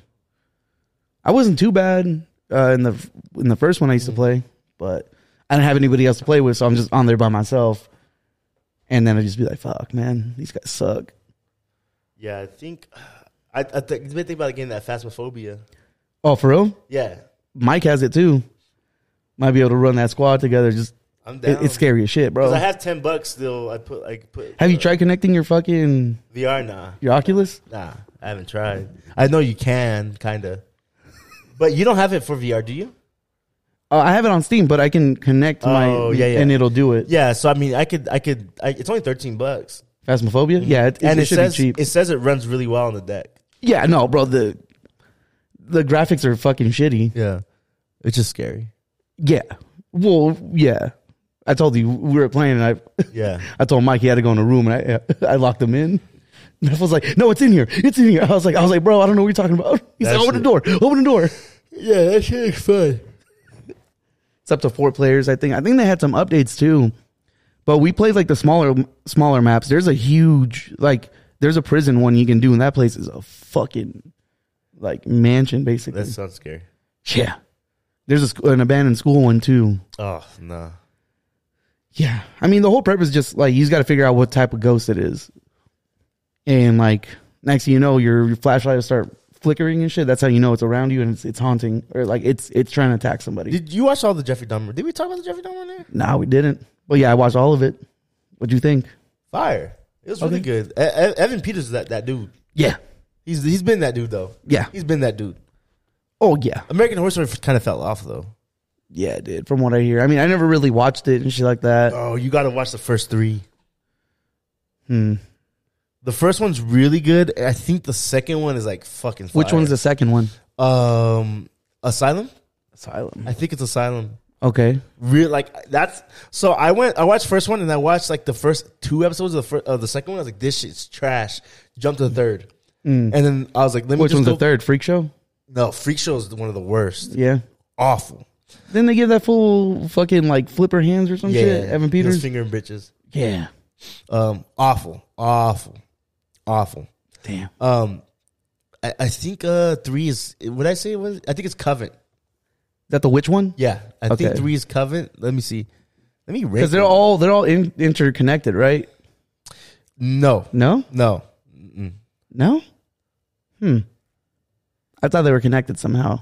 Speaker 3: I wasn't too bad uh, in the in the first one I used
Speaker 2: Mm-hmm.
Speaker 3: to play, but I didn't have anybody else to play with, so I'm just on there by myself. And then I'd just be like, "Fuck, man, these guys suck."
Speaker 2: Yeah, I think. I I think the big thing about the game that phasmophobia.
Speaker 3: Oh, for real?
Speaker 2: Yeah,
Speaker 3: Mike has it too. Might be able to run that squad together. Just
Speaker 2: I'm
Speaker 3: it-
Speaker 2: down.
Speaker 3: it's scary as shit, bro.
Speaker 2: Because I have ten bucks still. I put I put.
Speaker 3: have you
Speaker 2: uh,
Speaker 3: tried connecting your fucking
Speaker 2: VR? Nah,
Speaker 3: your Oculus?
Speaker 2: nah. I haven't tried. I know you can, kind of, but you don't have it for VR, do you?
Speaker 3: Uh, I have it on Steam, but I can connect my
Speaker 2: Oh, yeah, yeah.
Speaker 3: and it'll do it.
Speaker 2: Yeah. So I mean, I could, I could. I, it's only thirteen bucks.
Speaker 3: Phasmophobia? Yeah, it, it,
Speaker 2: and
Speaker 3: it
Speaker 2: it,
Speaker 3: should
Speaker 2: says
Speaker 3: be cheap.
Speaker 2: it says it runs really well on the deck.
Speaker 3: Yeah, no, bro. The the graphics are fucking shitty.
Speaker 2: Yeah, it's just scary.
Speaker 3: Yeah. Well, yeah. I told you we were playing, and I
Speaker 2: Yeah.
Speaker 3: I told Mike he had to go in a room, and I I locked him in. I was like, "No, it's in here. It's in here." I was like, "I was like, bro, I don't know what you're talking about." He's
Speaker 2: That
Speaker 3: like, "Open
Speaker 2: shit-
Speaker 3: the door. Open the door."
Speaker 2: Yeah, that shit is fun.
Speaker 3: It's up to four players, I think. I think they had some updates too, but we played like the smaller smaller maps. There's a huge like there's a prison one you can do, and that place is a fucking like mansion basically.
Speaker 2: That sounds scary.
Speaker 3: yeah, there's a, sc- an abandoned school one too.
Speaker 2: Oh no.
Speaker 3: Yeah. I mean, the whole purpose is just like you just got to figure out what type of ghost it is. And like next thing you know, your, your flashlight will start flickering and shit. That's how you know it's around you and it's it's haunting or like it's it's trying to attack somebody.
Speaker 2: Did you watch all the Jeffrey Dahmer? Did we talk about the Jeffrey Dahmer? There?
Speaker 3: nah, we didn't. But yeah, I watched all of it. What'd you think?
Speaker 2: Fire. It was really
Speaker 3: Okay.
Speaker 2: good. E- E- Evan Peters is that that dude.
Speaker 3: Yeah.
Speaker 2: He's he's been that dude though.
Speaker 3: Yeah.
Speaker 2: He's been that dude.
Speaker 3: Oh yeah.
Speaker 2: American Horror Story kind of fell off though.
Speaker 3: Yeah, it did. From what I hear. I mean, I never really watched it and shit like that.
Speaker 2: Oh, you got to watch the first three.
Speaker 3: Hmm.
Speaker 2: The first one's really good. I think the second one is like fucking. Fire.
Speaker 3: Which one's the second one?
Speaker 2: Um, Asylum.
Speaker 3: Asylum.
Speaker 2: I think it's Asylum.
Speaker 3: Okay.
Speaker 2: Real like that's so. I went. I watched first one and I watched like the first two episodes of the first, of the second one. I was like, this shit's trash. Jump to the third, and
Speaker 3: Mm.
Speaker 2: then I was like, let me.
Speaker 3: Which
Speaker 2: just
Speaker 3: one's
Speaker 2: go-
Speaker 3: the third? Freak show?
Speaker 2: No, Freak Show is one of the worst.
Speaker 3: Yeah.
Speaker 2: Awful.
Speaker 3: Then they give that full fucking like flipper hands or some shit. Evan
Speaker 2: He was
Speaker 3: Peters.
Speaker 2: fingering bitches.
Speaker 3: Yeah.
Speaker 2: Um, awful, awful, awful.
Speaker 3: Damn.
Speaker 2: Um, I, I think uh three is. Would I say it was? I think it's Covenant.
Speaker 3: That the which one?
Speaker 2: Yeah, I think
Speaker 3: Okay.
Speaker 2: three is Covenant. Let me see. Let me rate.
Speaker 3: Because they're
Speaker 2: them.
Speaker 3: all they're all in, interconnected, right?
Speaker 2: no,
Speaker 3: No,
Speaker 2: no. Mm-mm.
Speaker 3: no. Hmm. I thought they were connected somehow.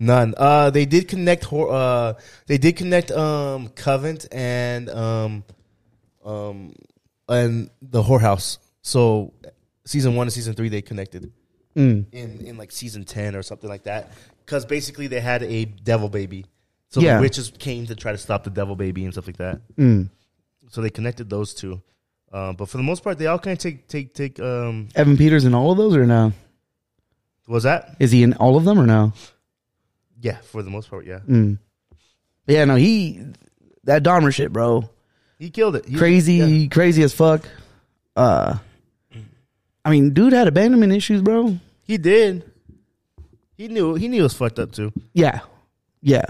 Speaker 2: None. Uh, they did connect. hor- Uh, they did connect. Um, Covent and um, um, and the whorehouse. So, season one and season three they connected
Speaker 3: Mm.
Speaker 2: in in like season ten or something like that. Because basically they had a devil baby, so
Speaker 3: Yeah.
Speaker 2: the witches came to try to stop the devil baby and stuff like that.
Speaker 3: Mm.
Speaker 2: So they connected those two. Um, but for the most part, they all kind of take take take. Um,
Speaker 3: Evan Peters in all of those or no?
Speaker 2: what was that?
Speaker 3: Is he in all of them or no?
Speaker 2: Yeah, for the most part, yeah.
Speaker 3: Mm. Yeah, no. He that Dahmer shit, bro.
Speaker 2: He killed it. He-
Speaker 3: Crazy,
Speaker 2: yeah.
Speaker 3: crazy as fuck. Uh, I mean, dude had abandonment issues, bro.
Speaker 2: He did. He knew. He knew it was fucked up too.
Speaker 3: Yeah, yeah.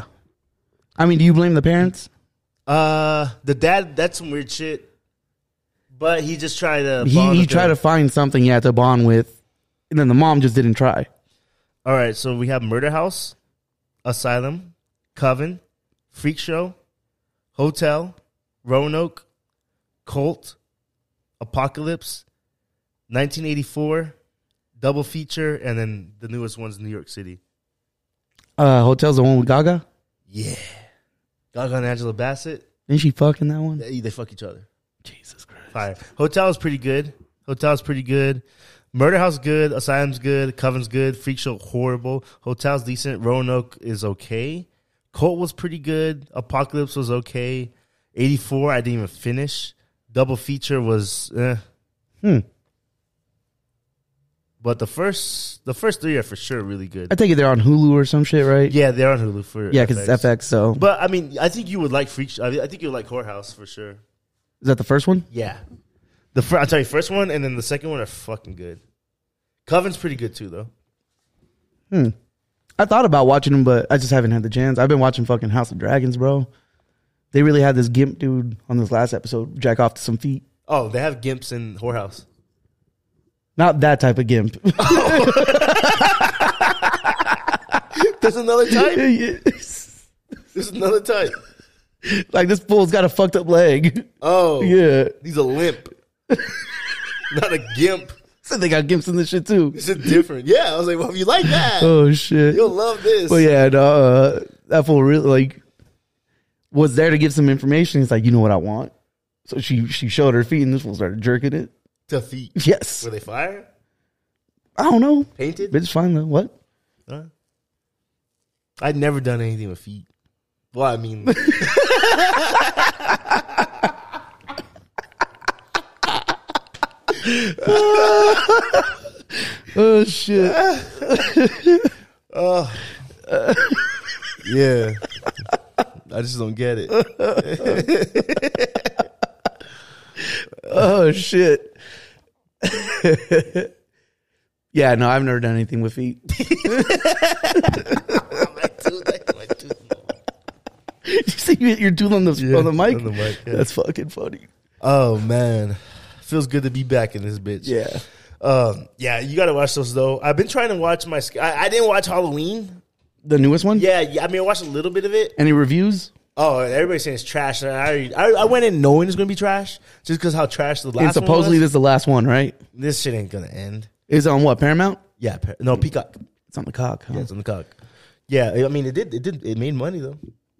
Speaker 3: I mean, do you blame the parents?
Speaker 2: Uh, the dad. That's some weird shit. But he just tried to.
Speaker 3: He
Speaker 2: bond
Speaker 3: he
Speaker 2: with
Speaker 3: tried
Speaker 2: her.
Speaker 3: to find something yeah to bond with, and then the mom just didn't try.
Speaker 2: All right, so we have Murder House, Asylum, Coven, Freak Show, Hotel, Roanoke, Cult, Apocalypse, 1984, double feature, and then the newest one's New York City.
Speaker 3: Uh, hotel's the one with Gaga.
Speaker 2: Yeah, Gaga and Angela Bassett.
Speaker 3: Isn't she fucking that one?
Speaker 2: They, they fuck each other.
Speaker 3: Jesus Christ.
Speaker 2: Fire. Hotel is pretty good. Hotel is pretty good. Murder House good. Asylum's good. Coven's good. Freak Show horrible. Hotel's decent. Roanoke is okay. Colt was pretty good. Apocalypse was okay. Eighty four I didn't even finish. Double feature was. Eh.
Speaker 3: Hmm.
Speaker 2: But the first the first three are for sure really good.
Speaker 3: I take it they're on Hulu or some shit, right?
Speaker 2: Yeah, they're on Hulu for
Speaker 3: Yeah, because it's FX. So
Speaker 2: But I mean, I think you would like Freak. Show. I, I think you would like Whorehouse for sure.
Speaker 3: is that the first one?
Speaker 2: Yeah. The fir- I'll tell you, first one and then the second one are fucking good. Coven's pretty good too, though.
Speaker 3: Hmm. I thought about watching them, but I just haven't had the chance. I've been watching fucking House of Dragons, bro. They really had this gimp dude on this last episode jack off to some feet.
Speaker 2: Oh, they have Gimps in Whorehouse.
Speaker 3: Not that type of gimp.
Speaker 2: There's another type.
Speaker 3: like
Speaker 2: There's another type.
Speaker 3: this fool's got a fucked up leg.
Speaker 2: Oh,
Speaker 3: Yeah.
Speaker 2: He's a limp, not a gimp.
Speaker 3: So they got gimps in this shit too.
Speaker 2: This is different. Yeah, I was like, well, if you like that,
Speaker 3: Oh shit.
Speaker 2: you'll love this.
Speaker 3: But yeah, no, uh, that fool really like was there to give some information. He's like, you know what I want. So she she showed her feet, and this fool started jerking it.
Speaker 2: to feet.
Speaker 3: Yes,
Speaker 2: Were they fire?
Speaker 3: I don't know.
Speaker 2: Painted?
Speaker 3: It's fine though. What?
Speaker 2: Huh? I'd never done anything with feet. Well, I mean,
Speaker 3: Oh shit.
Speaker 2: oh, yeah. I just don't get it.
Speaker 3: oh shit. yeah, no, I've never done anything with feet. you see you hit your tooth on the on the mic.
Speaker 2: on the mic, yeah.
Speaker 3: That's fucking funny.
Speaker 2: oh man, feels good to be back in this bitch.
Speaker 3: Yeah.
Speaker 2: Um, yeah, you gotta watch those though. I've been trying to watch my. sc- I, I didn't watch Halloween.
Speaker 3: The newest one?
Speaker 2: Yeah, yeah, I mean, I watched a little bit of it.
Speaker 3: Any reviews?
Speaker 2: Oh, everybody's saying it's trash. And I, already- I I went in knowing it's gonna be trash, just because how trash the last.
Speaker 3: and supposedly
Speaker 2: one
Speaker 3: this is the last one, right?
Speaker 2: was. this shit ain't gonna end.
Speaker 3: Is it on what, Paramount?
Speaker 2: Yeah, pa- no Peacock.
Speaker 3: It's on the cock. huh?
Speaker 2: Yeah, it's on the cock. Yeah, I mean, it did. It did. It made money though.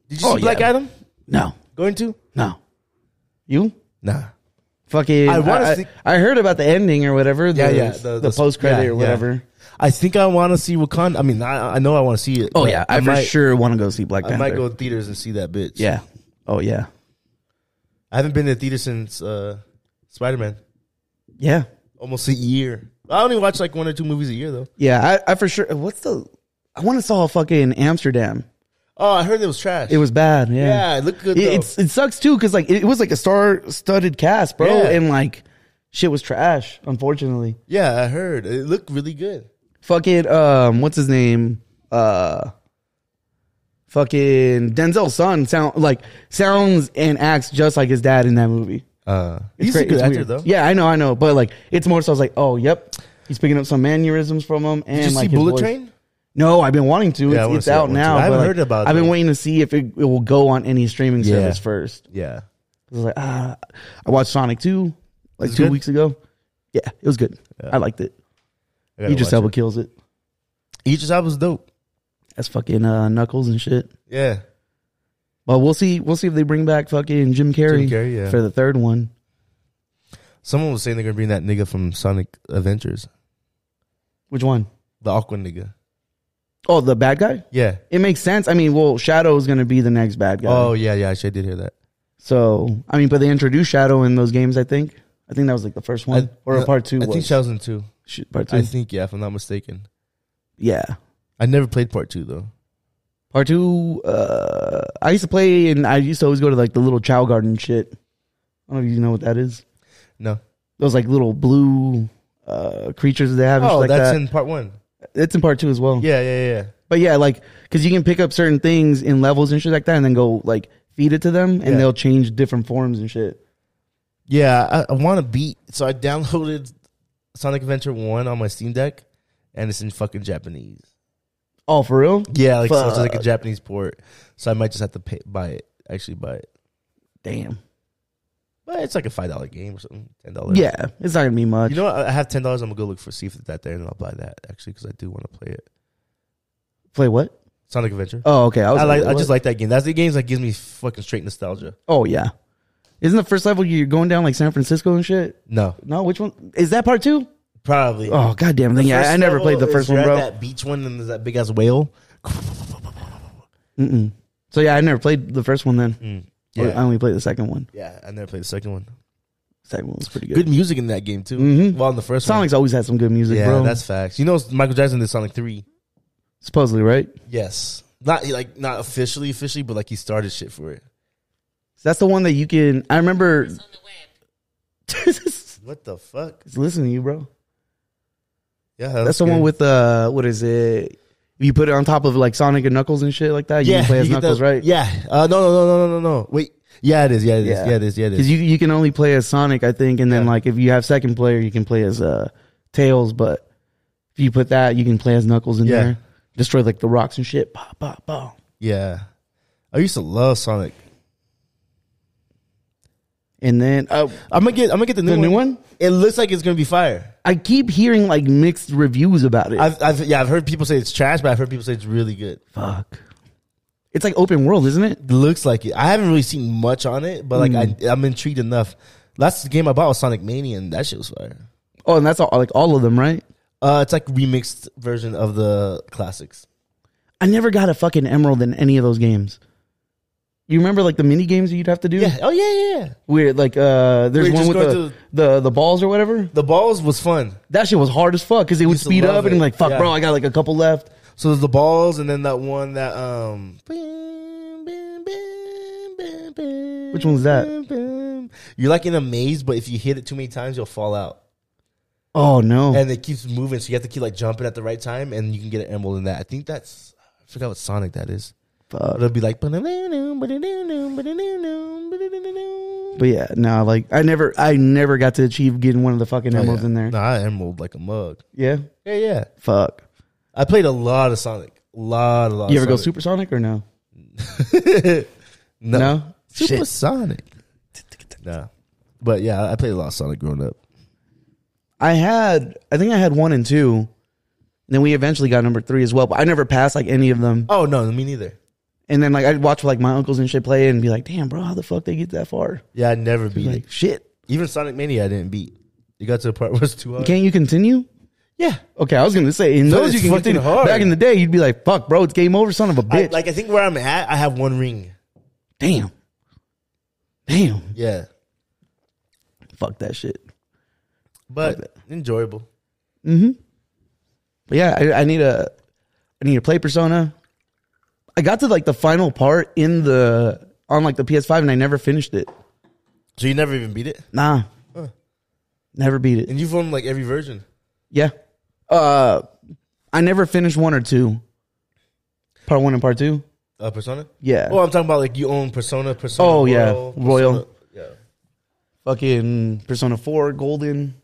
Speaker 2: Did you
Speaker 3: Oh,
Speaker 2: see Black
Speaker 3: yeah.
Speaker 2: Adam
Speaker 3: No.
Speaker 2: going to?
Speaker 3: No. You?
Speaker 2: Nah.
Speaker 3: Fucking
Speaker 2: I
Speaker 3: I,
Speaker 2: wanna
Speaker 3: I,
Speaker 2: see-
Speaker 3: I heard about the ending or whatever. The,
Speaker 2: Yeah, yeah.
Speaker 3: The, post credit
Speaker 2: yeah,
Speaker 3: or
Speaker 2: yeah.
Speaker 3: whatever.
Speaker 2: I think I want to see Wakanda. I mean, I, I know I want to see it.
Speaker 3: Oh
Speaker 2: but
Speaker 3: yeah. I, for
Speaker 2: might,
Speaker 3: sure want to go see Black
Speaker 2: I
Speaker 3: Panther.
Speaker 2: might go to theaters and see that bitch.
Speaker 3: Yeah. Oh yeah.
Speaker 2: I haven't been to theater since uh, Spider Man.
Speaker 3: Yeah.
Speaker 2: Almost a year. I only watch like one or two movies a year though.
Speaker 3: Yeah, I, I for sure. What's the? I want to saw fucking Amsterdam.
Speaker 2: Oh, I heard it was trash.
Speaker 3: It was bad. Yeah,
Speaker 2: Yeah, it looked good,
Speaker 3: It,
Speaker 2: though.
Speaker 3: it's, it sucks too because like it, it was like a star-studded cast, bro,
Speaker 2: Yeah.
Speaker 3: and like shit was trash. Unfortunately,
Speaker 2: Yeah, I heard it looked really good.
Speaker 3: fucking um, what's his name? Uh, fucking Denzel's son sound like sounds and acts just like his dad in that movie.
Speaker 2: Uh,
Speaker 3: It's
Speaker 2: he's
Speaker 3: great-
Speaker 2: a good
Speaker 3: it's
Speaker 2: actor
Speaker 3: weird.
Speaker 2: though.
Speaker 3: Yeah, I know, I know, but like it's more so. I was like, oh, yep, he's picking up some mannerisms from him. And
Speaker 2: Did you
Speaker 3: like
Speaker 2: see
Speaker 3: his
Speaker 2: Bullet
Speaker 3: voice.
Speaker 2: Train?
Speaker 3: No, I've been wanting to.
Speaker 2: Yeah, I
Speaker 3: it's
Speaker 2: wanna
Speaker 3: it's
Speaker 2: see that
Speaker 3: out
Speaker 2: one, too.
Speaker 3: now.
Speaker 2: I haven't
Speaker 3: but, like,
Speaker 2: heard about
Speaker 3: I've been
Speaker 2: that.
Speaker 3: waiting to see if it, it will go on any streaming
Speaker 2: Yeah.
Speaker 3: service first.
Speaker 2: Yeah.
Speaker 3: I was like, ah, I watched Sonic Two like
Speaker 2: it
Speaker 3: two
Speaker 2: good?
Speaker 3: weeks ago. Yeah, it was good. I liked it.
Speaker 2: I gotta
Speaker 3: Idris
Speaker 2: watch
Speaker 3: Elba
Speaker 2: it.
Speaker 3: kills it.
Speaker 2: Idris Elba's dope.
Speaker 3: That's fucking uh, Knuckles and shit.
Speaker 2: Yeah.
Speaker 3: But we'll see. We'll see if they bring back fucking Jim Carrey,
Speaker 2: Jim Carrey, yeah.
Speaker 3: for the third one.
Speaker 2: Someone was saying they're gonna bring that nigga from Sonic Adventures,
Speaker 3: Which one?
Speaker 2: the Aqua nigga.
Speaker 3: Oh, the bad guy.
Speaker 2: Yeah.
Speaker 3: It makes sense. I mean, well, Shadow is going to be the next bad guy.
Speaker 2: Oh yeah, yeah. Actually, I did hear that.
Speaker 3: So I mean, but they introduced Shadow in those games. I think. I think that was like the first one
Speaker 2: I-
Speaker 3: or
Speaker 2: no,
Speaker 3: part two.
Speaker 2: I
Speaker 3: was.
Speaker 2: think Shadow's in two.
Speaker 3: Sh- part two.
Speaker 2: I think yeah, if I'm not mistaken.
Speaker 3: yeah.
Speaker 2: I never played part two though.
Speaker 3: Part two, uh, I used to play and I used to always go to like the little chow garden and shit. I don't know if you know what that is.
Speaker 2: No.
Speaker 3: Those like little blue uh, creatures they have. And shit
Speaker 2: Oh,
Speaker 3: like
Speaker 2: that's
Speaker 3: that.
Speaker 2: in part one.
Speaker 3: It's in part two as well.
Speaker 2: Yeah, yeah, yeah.
Speaker 3: But yeah, like, cause you can pick up certain things in levels and shit like that and then go like feed it to them and
Speaker 2: Yeah.
Speaker 3: they'll change different forms and shit.
Speaker 2: Yeah, I, I want to beat. So I downloaded Sonic Adventure One on my Steam Deck, and it's in fucking Japanese.
Speaker 3: Oh, for real?
Speaker 2: Yeah, like so it's like a
Speaker 3: Fuck.
Speaker 2: Japanese port. So I might just have to pay, buy it. Actually, buy it.
Speaker 3: Damn.
Speaker 2: But it's like a five dollar game or something. Ten dollars.
Speaker 3: Yeah, it's not gonna be much.
Speaker 2: You know what? I I have ten dollars. I'm gonna go look for see if it's that there, and I'll buy that actually because I do want to play it.
Speaker 3: Play what?
Speaker 2: Sonic Adventure.
Speaker 3: Oh, okay. I, was
Speaker 2: I like. I
Speaker 3: what?
Speaker 2: just like that game. That's the games that gives me fucking straight nostalgia.
Speaker 3: Oh yeah. Isn't the first level you're going down like San Francisco and shit?
Speaker 2: No,
Speaker 3: No, which one is that part two?
Speaker 2: probably.
Speaker 3: Oh goddamn
Speaker 2: The
Speaker 3: thing! Yeah,
Speaker 2: first
Speaker 3: I never
Speaker 2: level
Speaker 3: played the
Speaker 2: is
Speaker 3: first
Speaker 2: you're
Speaker 3: one,
Speaker 2: at
Speaker 3: bro.
Speaker 2: That beach one and there's that big ass whale.
Speaker 3: Mm-mm. So yeah, I never played the first one. Then
Speaker 2: Yeah.
Speaker 3: I only played the second one.
Speaker 2: Yeah, I never played the second one.
Speaker 3: Second one was pretty good.
Speaker 2: Good music in that game too.
Speaker 3: Mhm.
Speaker 2: Well, in the first
Speaker 3: Sonic's always had some good
Speaker 2: one,
Speaker 3: music,
Speaker 2: yeah,
Speaker 3: bro.
Speaker 2: that's facts. You know, Michael Jackson did Sonic Three.
Speaker 3: supposedly right.
Speaker 2: Yes, not like not officially, officially, but like he started shit for it.
Speaker 3: That's the one that you can. I remember. Just
Speaker 2: What the fuck?
Speaker 3: listening to you, bro.
Speaker 2: Yeah,
Speaker 3: That's the one with uh, what is it? You put it on top of like Sonic and Knuckles and shit like that. You
Speaker 2: yeah,
Speaker 3: can play as
Speaker 2: you get
Speaker 3: Knuckles,
Speaker 2: that-
Speaker 3: right?
Speaker 2: Yeah. Uh, no, no, no, no, no, no, no. Wait. Yeah, it is. Yeah, it is. Yeah, it is. Yeah, it
Speaker 3: Because
Speaker 2: is.
Speaker 3: you you can only play as Sonic, I think, and then
Speaker 2: Yeah.
Speaker 3: like if you have second player, you can play as uh Tails. But if you put that, you can play as Knuckles in
Speaker 2: Yeah.
Speaker 3: there, destroy like the rocks and shit. Bah, bah, bah.
Speaker 2: yeah. I used to love Sonic.
Speaker 3: And then uh,
Speaker 2: I'm gonna get. I'm gonna get the new
Speaker 3: The
Speaker 2: one.
Speaker 3: new one?
Speaker 2: It looks like it's gonna be fire.
Speaker 3: I keep hearing like mixed reviews about it.
Speaker 2: I've, I've yeah. I've heard people say it's trash, but I've heard people say it's really good.
Speaker 3: Fuck. It's like open world, isn't it?
Speaker 2: looks like it. I haven't really seen much on it, but like I, I'm intrigued enough. Last game I bought was Sonic Mania, and that shit was fire.
Speaker 3: Oh, and that's all like all of them, right?
Speaker 2: Uh, it's like remixed version of the classics.
Speaker 3: I never got a fucking emerald in any of those games. You remember like the mini games that you'd have to do?
Speaker 2: Yeah. Oh yeah, yeah, yeah.
Speaker 3: Weird, like uh, there's
Speaker 2: We're
Speaker 3: one
Speaker 2: just
Speaker 3: with
Speaker 2: going
Speaker 3: the, the the balls or whatever.
Speaker 2: The balls was fun.
Speaker 3: That shit was hard as fuck because they would
Speaker 2: Used to
Speaker 3: speed
Speaker 2: love
Speaker 3: up and
Speaker 2: it.
Speaker 3: be like, fuck,
Speaker 2: Yeah.
Speaker 3: bro, I got like a couple left.
Speaker 2: So there's the balls, and then that one that um,
Speaker 3: Which one's that?
Speaker 2: you're like in a maze, but if you hit it too many times, you'll fall out,
Speaker 3: Oh no,
Speaker 2: and it keeps moving. So you have to keep like jumping at the right time, and you can get an emerald in that. I think that's I forgot what Sonic that is.
Speaker 3: Fuck.
Speaker 2: It'll be like
Speaker 3: But yeah, no, like I never, I never got to achieve getting one of the fucking
Speaker 2: Oh,
Speaker 3: emeralds
Speaker 2: yeah.
Speaker 3: in there.
Speaker 2: Nah, I emerald like a mug.
Speaker 3: Yeah,
Speaker 2: Yeah, yeah.
Speaker 3: fuck.
Speaker 2: I played a lot of Sonic. Lot, a lot.
Speaker 3: You
Speaker 2: of
Speaker 3: ever go
Speaker 2: Sonic.
Speaker 3: supersonic or no?
Speaker 2: Oh, No.
Speaker 3: No? Shit.
Speaker 2: Supersonic. no. But yeah, I played a lot of Sonic growing up.
Speaker 3: I had, I think I had one and two. And then we eventually got number three as well, but I never passed like any of them.
Speaker 2: Oh no, me neither.
Speaker 3: And then like I'd watch like my uncles and shit play and be like, damn, bro, how the fuck they get that far?
Speaker 2: Yeah, I never beat
Speaker 3: Like
Speaker 2: it.
Speaker 3: shit,
Speaker 2: Even Sonic Mania, I didn't beat. It got to the part where it's too hard.
Speaker 3: can't you continue?
Speaker 2: yeah,
Speaker 3: Okay, I was gonna say in
Speaker 2: But it's
Speaker 3: those you can
Speaker 2: fucking
Speaker 3: continue.
Speaker 2: hard.
Speaker 3: Back in the day, you'd be like, fuck, bro, it's game over, son of a
Speaker 2: I,
Speaker 3: bitch.
Speaker 2: like I think where I'm at, I have one ring.
Speaker 3: damn, damn,
Speaker 2: Yeah,
Speaker 3: fuck that shit.
Speaker 2: but enjoyable.
Speaker 3: But yeah, I, I need a I need to play Persona. I got to like the final part in the on like the PS5 and I never finished it.
Speaker 2: So you never even beat it,
Speaker 3: Nah. Never beat it.
Speaker 2: and you've owned like every version.
Speaker 3: Yeah. Uh I never finished one or two. Part one and part two.
Speaker 2: Uh, Persona.
Speaker 3: Yeah.
Speaker 2: Well, I'm talking about like you own Persona. Persona.
Speaker 3: Oh, yeah. Royal.
Speaker 2: Persona- yeah.
Speaker 3: Fucking Persona 4, Golden.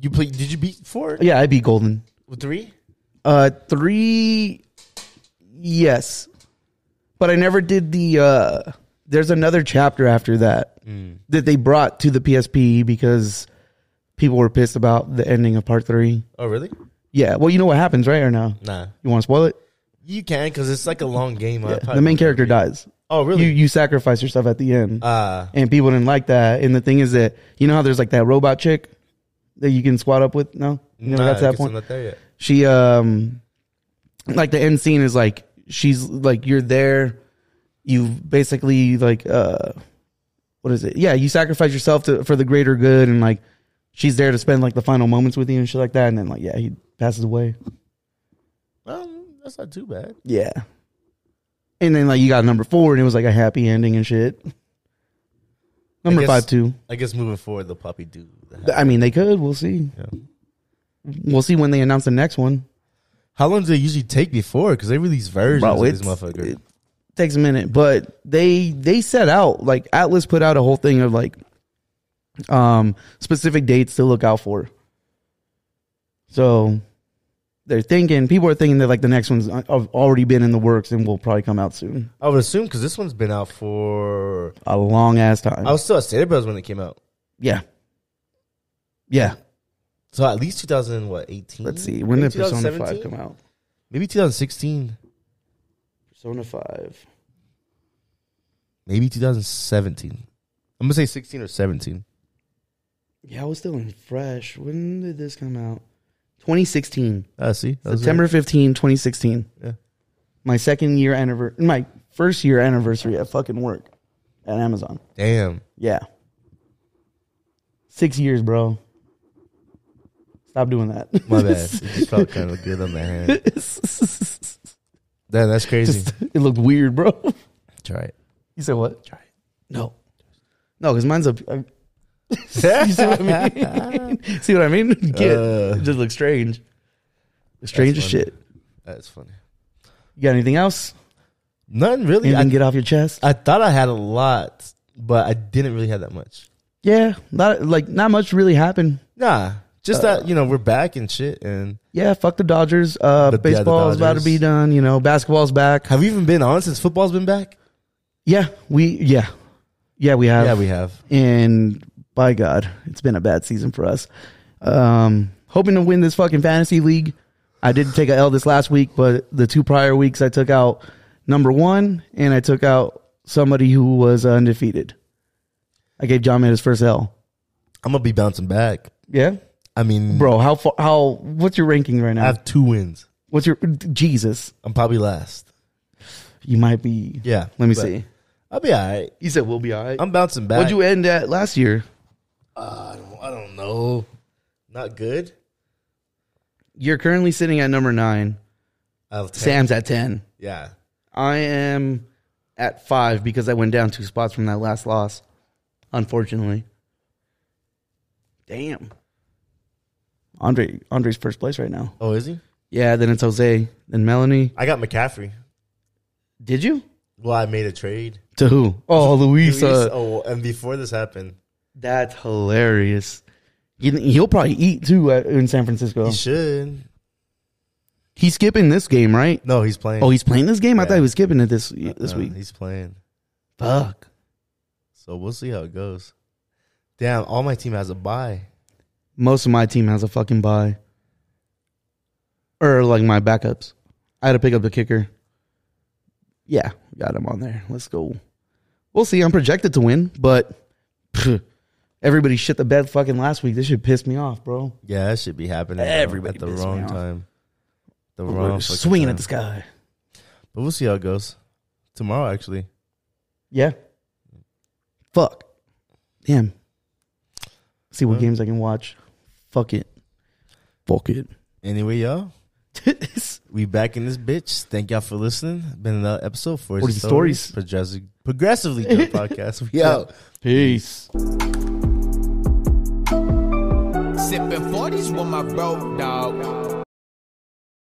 Speaker 2: You play? Did you beat four?
Speaker 3: Yeah, I beat Golden.
Speaker 2: Three.
Speaker 3: Uh three yes. But I never did the uh there's another chapter after that
Speaker 2: Mm.
Speaker 3: that they brought to the PSP because people were pissed about the ending of part three.
Speaker 2: Oh really?
Speaker 3: Yeah. Well you know what happens, right? Or no?
Speaker 2: Nah.
Speaker 3: You wanna spoil it?
Speaker 2: You can because it's like a long game. I probably
Speaker 3: The main
Speaker 2: won't
Speaker 3: character
Speaker 2: beat it.
Speaker 3: dies.
Speaker 2: Oh
Speaker 3: You
Speaker 2: really?
Speaker 3: you sacrifice yourself at the end.
Speaker 2: uh
Speaker 3: and people didn't like that. And the thing is that you know how there's like that robot chick that you can squat up with? No? You never
Speaker 2: nah,
Speaker 3: got to
Speaker 2: I
Speaker 3: that
Speaker 2: guess
Speaker 3: point?
Speaker 2: I'm not there yet.
Speaker 3: she um like the end scene is like she's like you're there you've basically like uh what is it yeah you sacrifice yourself to for the greater good and like she's there to spend like the final moments with you and shit like that and then like yeah he passes away
Speaker 2: Well, that's not too bad.
Speaker 3: yeah and then like you got number four and it was like a happy ending and shit number
Speaker 2: guess-
Speaker 3: five too
Speaker 2: I guess moving forward, they'll probably do. That.
Speaker 3: i mean they could we'll see we'll see when they announce the next one
Speaker 2: How long does it usually take before? Because they release versions
Speaker 3: Bro,
Speaker 2: of these
Speaker 3: it's-
Speaker 2: motherfuckers.
Speaker 3: it takes a minute, but they they set out like Atlas put out a whole thing of like um specific dates to look out for. So they're thinking people are thinking that like the next one's uh, have already been in the works and will probably come out soon.
Speaker 2: I would assume because this one's been out for.
Speaker 3: A long ass time.
Speaker 2: I was still at Stater Bros when it came out,
Speaker 3: yeah. Yeah.
Speaker 2: so at least 2000 what 18.
Speaker 3: Let's see. When did
Speaker 2: Maybe
Speaker 3: Persona
Speaker 2: 2017?
Speaker 3: 5 come out?
Speaker 2: Maybe 2016.
Speaker 3: Persona 5.
Speaker 2: Maybe 2017. I'm gonna say 16 or 17.
Speaker 3: Yeah, I was still in fresh. When did this come out? 2016.
Speaker 2: I Ah, see. That was
Speaker 3: September 15, 2016.
Speaker 2: Yeah.
Speaker 3: My second year anniversary, my first year anniversary at fucking work at Amazon.
Speaker 2: right. Damn.
Speaker 3: Yeah. Six years, bro. Stop doing that.
Speaker 2: My bad. It just felt kind of good on the hand. Damn, that's crazy.
Speaker 3: Just- it looked weird, bro.
Speaker 2: Try it.
Speaker 3: You said what?
Speaker 2: Try
Speaker 3: No. No, because mine's up.
Speaker 2: it.
Speaker 3: You see what I mean? see what I mean?
Speaker 2: Uh.
Speaker 3: Get it. it just looks strange. Strange as
Speaker 2: funny.
Speaker 3: shit.
Speaker 2: That's funny.
Speaker 3: You got anything else?
Speaker 2: None really.
Speaker 3: Anything
Speaker 2: I,
Speaker 3: get off your chest?
Speaker 2: I thought I had a lot, but I didn't really have that much.
Speaker 3: yeah, not like not much really happened.
Speaker 2: Nah, just that you know we're back and shit. And
Speaker 3: Yeah, fuck the Dodgers. Uh,
Speaker 2: The- yeah, the
Speaker 3: baseball's about to
Speaker 2: Dodgers.
Speaker 3: be done. You know, basketball's back.
Speaker 2: have we even been on since football's been back?
Speaker 3: Yeah, we yeah, yeah we have.
Speaker 2: yeah, we have.
Speaker 3: And by God, it's been a bad season for us. Um, hoping to win this fucking fantasy league. I did take a L this last week, but the two prior weeks I took out number one, and I took out somebody who was undefeated. I gave John Man his first L.
Speaker 2: I'm gonna be bouncing back.
Speaker 3: Yeah,
Speaker 2: I mean,
Speaker 3: bro, how far? How? What's your ranking right now? I
Speaker 2: have two wins.
Speaker 3: What's your Jesus?
Speaker 2: I'm probably last.
Speaker 3: You might be.
Speaker 2: Yeah.
Speaker 3: Let me
Speaker 2: but
Speaker 3: see.
Speaker 2: I'll be all right.
Speaker 3: You said we'll be all right.
Speaker 2: I'm bouncing back.
Speaker 3: What'd you end at last year?
Speaker 2: Uh, I, don't, I don't know. Not good.
Speaker 3: You're currently sitting at number nine.
Speaker 2: Out of 10.
Speaker 3: Sam's at ten.
Speaker 2: Yeah.
Speaker 3: I am at five because I went down two spots from that last loss. Unfortunately. Damn. Andre Andre's first place right now.
Speaker 2: Oh, is he?
Speaker 3: Yeah, then it's Jose, then Melanie.
Speaker 2: I got McCaffrey.
Speaker 3: Did you?
Speaker 2: Well, I made a trade.
Speaker 3: To who? Oh, Luis.
Speaker 2: Luis-
Speaker 3: uh,
Speaker 2: oh, and before this happened,
Speaker 3: that's hilarious. You- He'll probably eat too at- in San Francisco.
Speaker 2: he should.
Speaker 3: He's skipping this game, right?
Speaker 2: No, he's playing.
Speaker 3: Oh, he's playing this game. I
Speaker 2: Yeah.
Speaker 3: thought he was skipping it this this
Speaker 2: Uh,
Speaker 3: week.
Speaker 2: He's playing.
Speaker 3: Fuck.
Speaker 2: So we'll see how it goes. Damn, all my team has a bye.
Speaker 3: Most of my team has a fucking bye, or like my backups. I had to pick up the kicker. Yeah, got him on there. Let's go. We'll see. I'm projected to win, but phew, everybody shit the bed fucking last week. This shit pissed me off, bro.
Speaker 2: Yeah, that should be happening. bro,
Speaker 3: Everybody
Speaker 2: at the
Speaker 3: pissed me
Speaker 2: wrong
Speaker 3: off.
Speaker 2: time. The
Speaker 3: We're
Speaker 2: wrong fucking
Speaker 3: swinging
Speaker 2: time.
Speaker 3: at the sky.
Speaker 2: But we'll see how it goes. Tomorrow, actually.
Speaker 3: Yeah. Fuck. Damn. See what
Speaker 2: Huh?
Speaker 3: games I can watch. Fuck it. Fuck it.
Speaker 2: Anyway, y'all, we back in this bitch. Thank y'all for listening. Been another episode for
Speaker 3: 40 stories.
Speaker 2: Progressive, progressively good podcast. We out.
Speaker 3: Peace.
Speaker 1: Sipping 40s with my bro, dog.